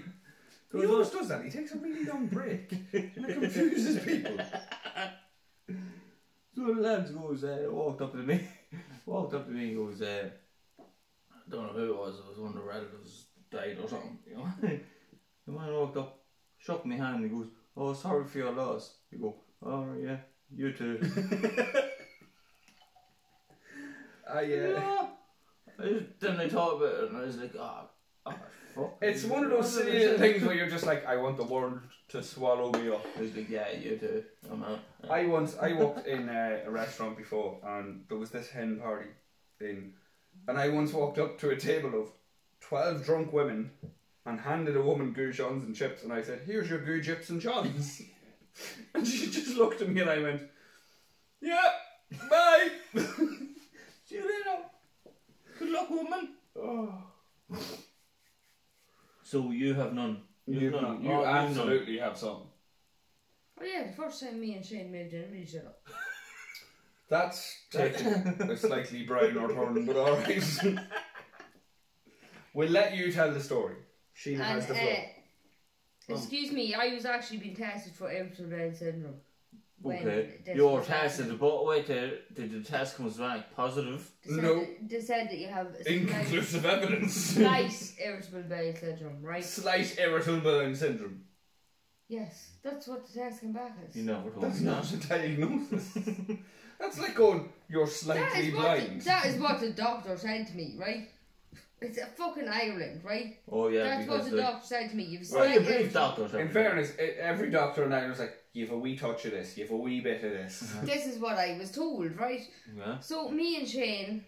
A: he
F: Goes
A: always does that. He takes a really long [laughs] break and it confuses people.
F: So the lads goes, uh, walked up to me, [laughs] walked up to me and goes, uh, I don't know who it was, it was one of the relatives died or something, you know. [laughs] the man walked up, shook my hand and he goes, oh, sorry for your loss. You go, oh yeah,
A: [laughs]
F: you too.
A: I, [laughs] uh,
F: I just, then I thought about it and I was like, oh, oh fuck.
A: it's one
F: [laughs]
A: of those silly little things where you're just like, I want the world to swallow me up.
F: I was like, yeah, you too. I'm out.
A: I once I walked in uh, a restaurant before, and there was this hen party in, and I once walked up to a table of twelve drunk women and handed a woman goujons and chips, and I said, "Here's your goo chips and johns," [laughs] and she just looked at me, and I went, "Yeah, bye."
F: See you later. Good luck, woman.
A: oh,
F: So you have none. You've
A: you
F: none.
A: you
F: Oh, you've none.
A: absolutely have some.
D: Oh yeah, the first time me and Shane moved in with each other.
A: That's taking [laughs] a slightly browner turn, but all right. [laughs] we'll let you tell the story. She has
D: And,
A: the floor.
D: uh,
F: Um,
D: excuse me, I was actually being tested for Amsterdam syndrome. when
F: Okay.
D: this
F: You're
D: was happening.
F: tested, but wait, did, did eh, the test comes back positive?
D: They said
A: No.
D: that- They said that you have a slight,
A: Inconclusive evidence.
D: slight irritable bowel syndrome, right?
A: Slight irritable bowel syndrome.
D: Yes, that's what the test came back as.
F: You never told
A: That's
F: me
A: not a [laughs] diagnosis. That's like going, you're
D: That
A: slightly
D: is, what the,
A: blind.
D: that is what the doctor said to me, right? It's a fucking Ireland, right?
F: Oh yeah,
D: That's
F: because
D: what the
F: they-
D: doctor said to me. You've
F: Well, you
D: slight
F: believe
D: irritable-
F: doctors.
A: In
F: haven't
A: fairness, e- every doctor in Ireland's like, you've a wee touch of this, you've a wee bit of [laughs] this.
D: This is what I was told, right?
F: you? Yeah.
D: So me and Shane,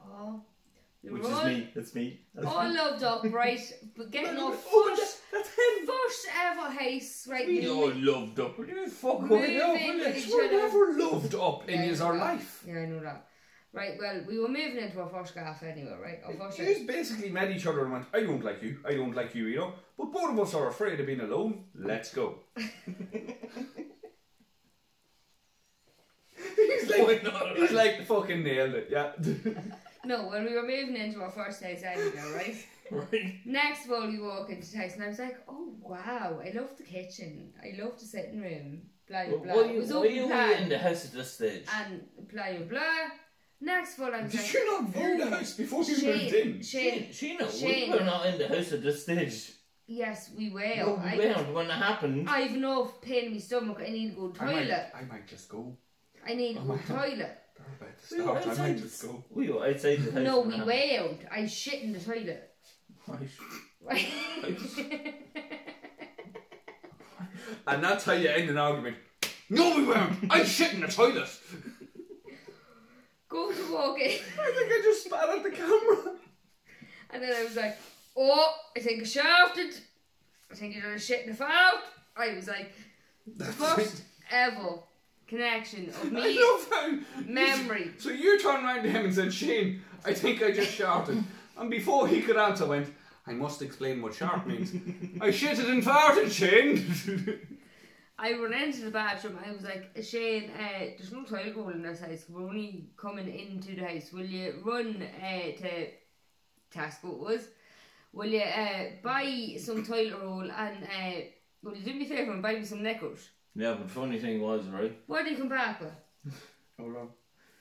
D: oh, You're
F: Which
D: all,
F: is me. That's me. [laughs] That's
D: all
F: me.
D: loved up, right? But getting our
F: Oh,
D: first,
F: that's him.
D: first ever house, right?
F: We
D: moving-
F: all loved up. What do you fuck
D: Moving
F: going up? will
D: with
F: you?
D: each
A: We were
D: other.
A: never loved up in
D: Yeah, I
A: his
D: know
A: our
D: that.
A: life.
D: Yeah, I know that. Right, well, we were moving into our first gaff anyway, right? Our first house.
A: He's basically met each other and went, I don't like you, I don't like you, you know. But both of us are afraid of being alone. Let's go. [laughs] he's like,
F: Why not,
A: he's
F: right?
A: like, fucking nailed it, [laughs] yeah.
D: No, well, we were moving into our first house anyway, right?
F: [laughs] Right.
D: Next of all, we walk into the house, and I was like, "Oh wow, I love the kitchen. I love the sitting room. Blah blah blah."
F: Why
D: it was
F: why
D: open
F: were in
D: plan
F: the house at this stage?
D: and blah blah blah. Next of all, I was
A: Did
D: like,
A: you [laughs] not view the house before you moved in?
D: Shane,
F: She,
D: Shane,
F: she knows we
D: Shane.
F: were not in the house at this stage.
D: yes, we will.
F: Well,
D: I,
F: well, when it happened,
D: I've enough pain in my stomach. I need to go to
A: I might,
D: toilet.
A: I might just go.
D: I need to go to toilet.
A: They're about to
F: we were
A: start, I might
F: outside.
A: just go.
F: We were outside the house.
D: No,
F: when
D: we
F: it
D: wailed. I shit in the toilet.
F: happened.
D: Right?
A: And that's how you end an argument. No, we weren't. I shit in the toilet.
D: [laughs] go to walk in, [laughs]
A: I think I just spat at the camera.
D: and then I was like, "Oh, I think I shafted. I think I done a shit in the fout." I was like. first ever
A: [laughs]
D: connection of me
A: I love how
D: memory.
A: So you turned round to him and said, Shane, I think I just sharted. And before he could answer, went, I must explain what shart means. I shitted and farted, [laughs] Shane.
D: I ran into the bathroom. I was like, er Shane, uh, there's no toilet roll in this house. We're only coming into the house. Will you run uh, to Tesco? It was. Will you uh, buy some toilet roll and uh, will you do me a favour and buy me some knickers?
F: Yeah, but funny thing was, right?
D: What do you come back with?
F: Hold on.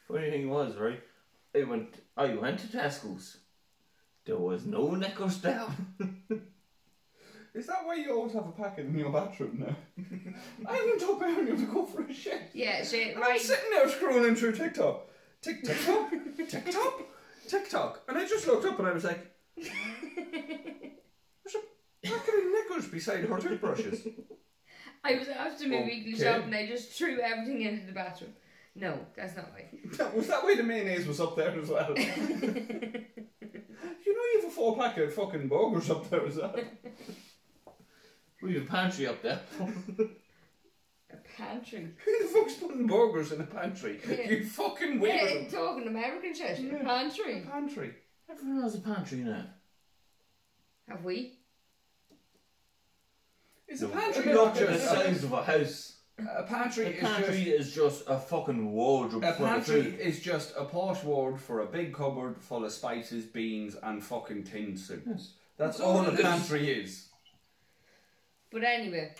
F: Funny thing was, right? I went. I went to Tesco's. There was no knickers down. [laughs]
A: Is that why you always have a packet in your bathroom now? [laughs] I went up earlier to go for a shit.
D: Yeah, [laughs] Shane,
A: And I'm
D: right.
A: sitting there scrolling through TikTok. Tick TikTok, TikTok, TikTok. And I just looked up and I was like, there's a packet of knickers beside her toothbrushes.
D: I was after my weekly
A: Okay.
D: shop and I just threw everything into the bathroom. No, that's not right.
A: was that why the mayonnaise was up there as well? [laughs] You know you have a four pack of fucking burgers up there, is that?
F: we have a pantry up there. [laughs]
D: A pantry.
A: Who the fuck's putting burgers in a pantry?
D: Yeah.
A: You fucking
D: Yeah,
A: weirdo.
D: talking American shit.
A: Yeah.
D: Pantry.
A: Pantry.
F: Everyone has a pantry now.
D: Have we?
A: Is a pantry
F: Look
A: not
F: at the
A: just
F: size of a house.
A: a
F: A
A: pantry? Is
F: pantry
A: just
F: is just a fucking wardrobe
A: a
F: full of
A: pantry
F: food.
A: is just a posh word for a big cupboard full of spices, beans, and fucking tin soup.
F: Yes.
A: That's
F: That's
A: all
F: all
A: a
F: it is.
A: pantry is.
D: But anyway,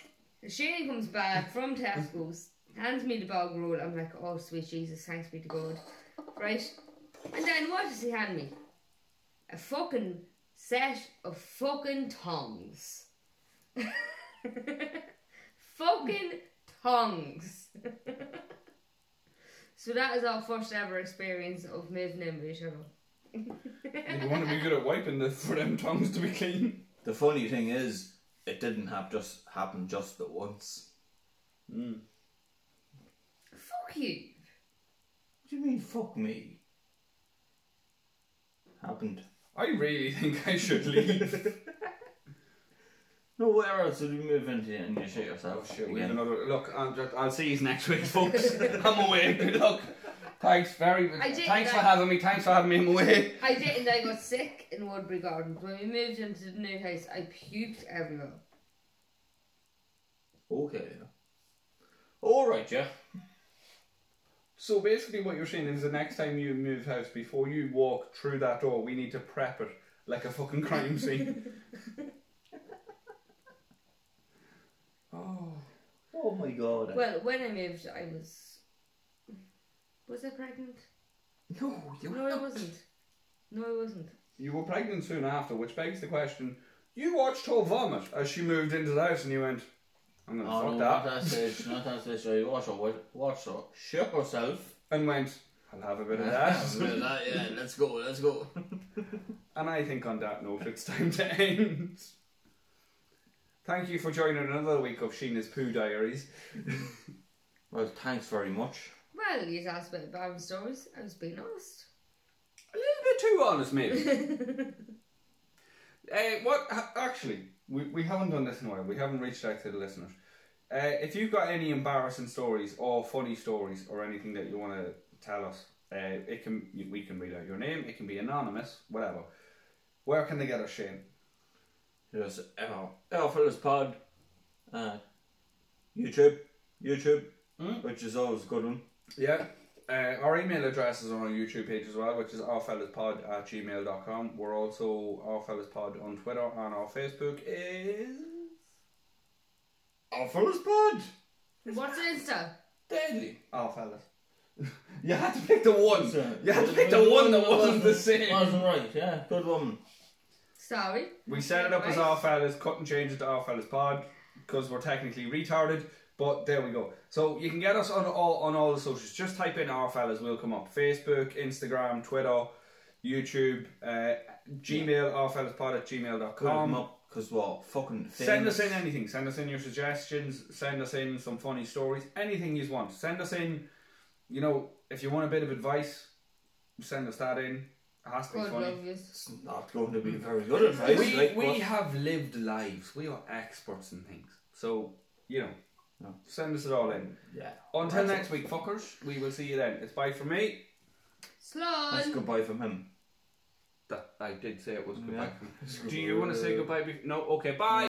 D: Shane comes back from Tesco's, hands me the bog roll. I'm like, oh sweet Jesus, thanks be to God, right? And then what does he hand me? A fucking set of fucking tongs. [laughs] fucking tongs. [laughs] so that is our first ever experience of moving in with each other.
A: [laughs] You want to be good at wiping the, for them tongues to be clean.
F: The funny thing is, it didn't have just happen just at once.
D: Fuck you.
F: What do you mean, fuck me? Happened.
A: I really think I should [laughs] leave.
F: No, where else would you move into and you shit
A: Oh
F: yourself?
A: shit, we have
F: again?
A: another look. I'll, just, I'll see you next week, [laughs] folks. I'm away. Good luck. Thanks very much.
D: I did
A: Thanks for
D: like-
A: having me. Thanks for having me. I'm away.
D: I did, and I got sick in Woodbury Gardens. When we moved into the new house, I puked everywhere.
F: Okay. Alright, yeah.
A: So basically, what you're saying is the next time you move house, before you walk through that door, we need to prep it like a fucking crime scene. oh,
F: Oh my god. [laughs]
D: Well, when I moved, I was. Was I pregnant?
F: no, Oh, you
D: No, I wasn't. No, I wasn't.
A: you were pregnant soon after, which begs the question: You watched her vomit as she moved into the house, and you went, "I'm gonna
F: Oh,
A: fuck
F: no,
A: that,"
F: not that stage, not that stage. Right, watch her, wa- watch her, shit [laughs] herself.
A: and went, "I'll have a bit of
F: [laughs]
A: that."
F: Yeah, that- yeah, let's go, let's go.
A: [laughs] And I think on that note, it's time to end. Thank you for joining another week of Sheena's Poo Diaries.
F: Well, thanks very much.
A: [laughs]
D: Well, you asked about Baron stories. I was being honest.
A: A little bit too you honest, mate. uh, what? ha- Actually, we, we haven't done this in a while. We haven't reached out to the listeners. Uh, if you've got any embarrassing stories or funny stories or anything that you want to tell us, uh, it can we can read out your name. It can be anonymous, whatever. Where can they get us, Shane?
B: Hit us at our Alphilus Pod, uh, YouTube, YouTube,
F: Hmm?
A: Mm.
B: which is always a good one.
A: Yeah. Uh, our email address is on our YouTube page as well, which is ourfellaspod at gmail.com. We're also ourfellaspod on Twitter and our Facebook is.
B: Alphilus Pod,
D: What's Insta?
B: deadly.
A: Ourfellas. Oh, [laughs] you had to pick the one!
B: So-
A: You had to pick the one that wasn't the same!
B: [laughs] Wasn't right, yeah, good one.
D: Sorry.
A: We set it up as Our Fellas, cut and change it to Our Fellas Pod, because we're technically retarded, but there we go. So you can get us on all on all the socials. Just type in Our Fellas, we'll come up. Facebook, Instagram, Twitter, YouTube, uh, Gmail, ourfellaspod at
B: Good
A: gmail.com.
B: um, up, because we're fucking famous.
A: Send us in anything. Send us in your suggestions. Send us in some funny stories. Anything you want. Send us in. You know, if you want a bit of advice, send us that in. It has to be
D: God
A: funny.
D: love yous.
B: It's not going to be very good advice.
A: Hmm. We,
B: like,
A: we
B: but-
A: have lived lives. We are experts in things. So you know,
B: No.
A: send us it all in.
B: yeah.
A: Until
B: That's
A: next week, fuckers. We will see you then. It's bye from me.
D: Slán.
A: Um,
B: That's goodbye from him.
A: That I did say it was
B: Yeah. [laughs]
A: goodbye. from Do you want to say goodbye? Be- no. Okay. Bye.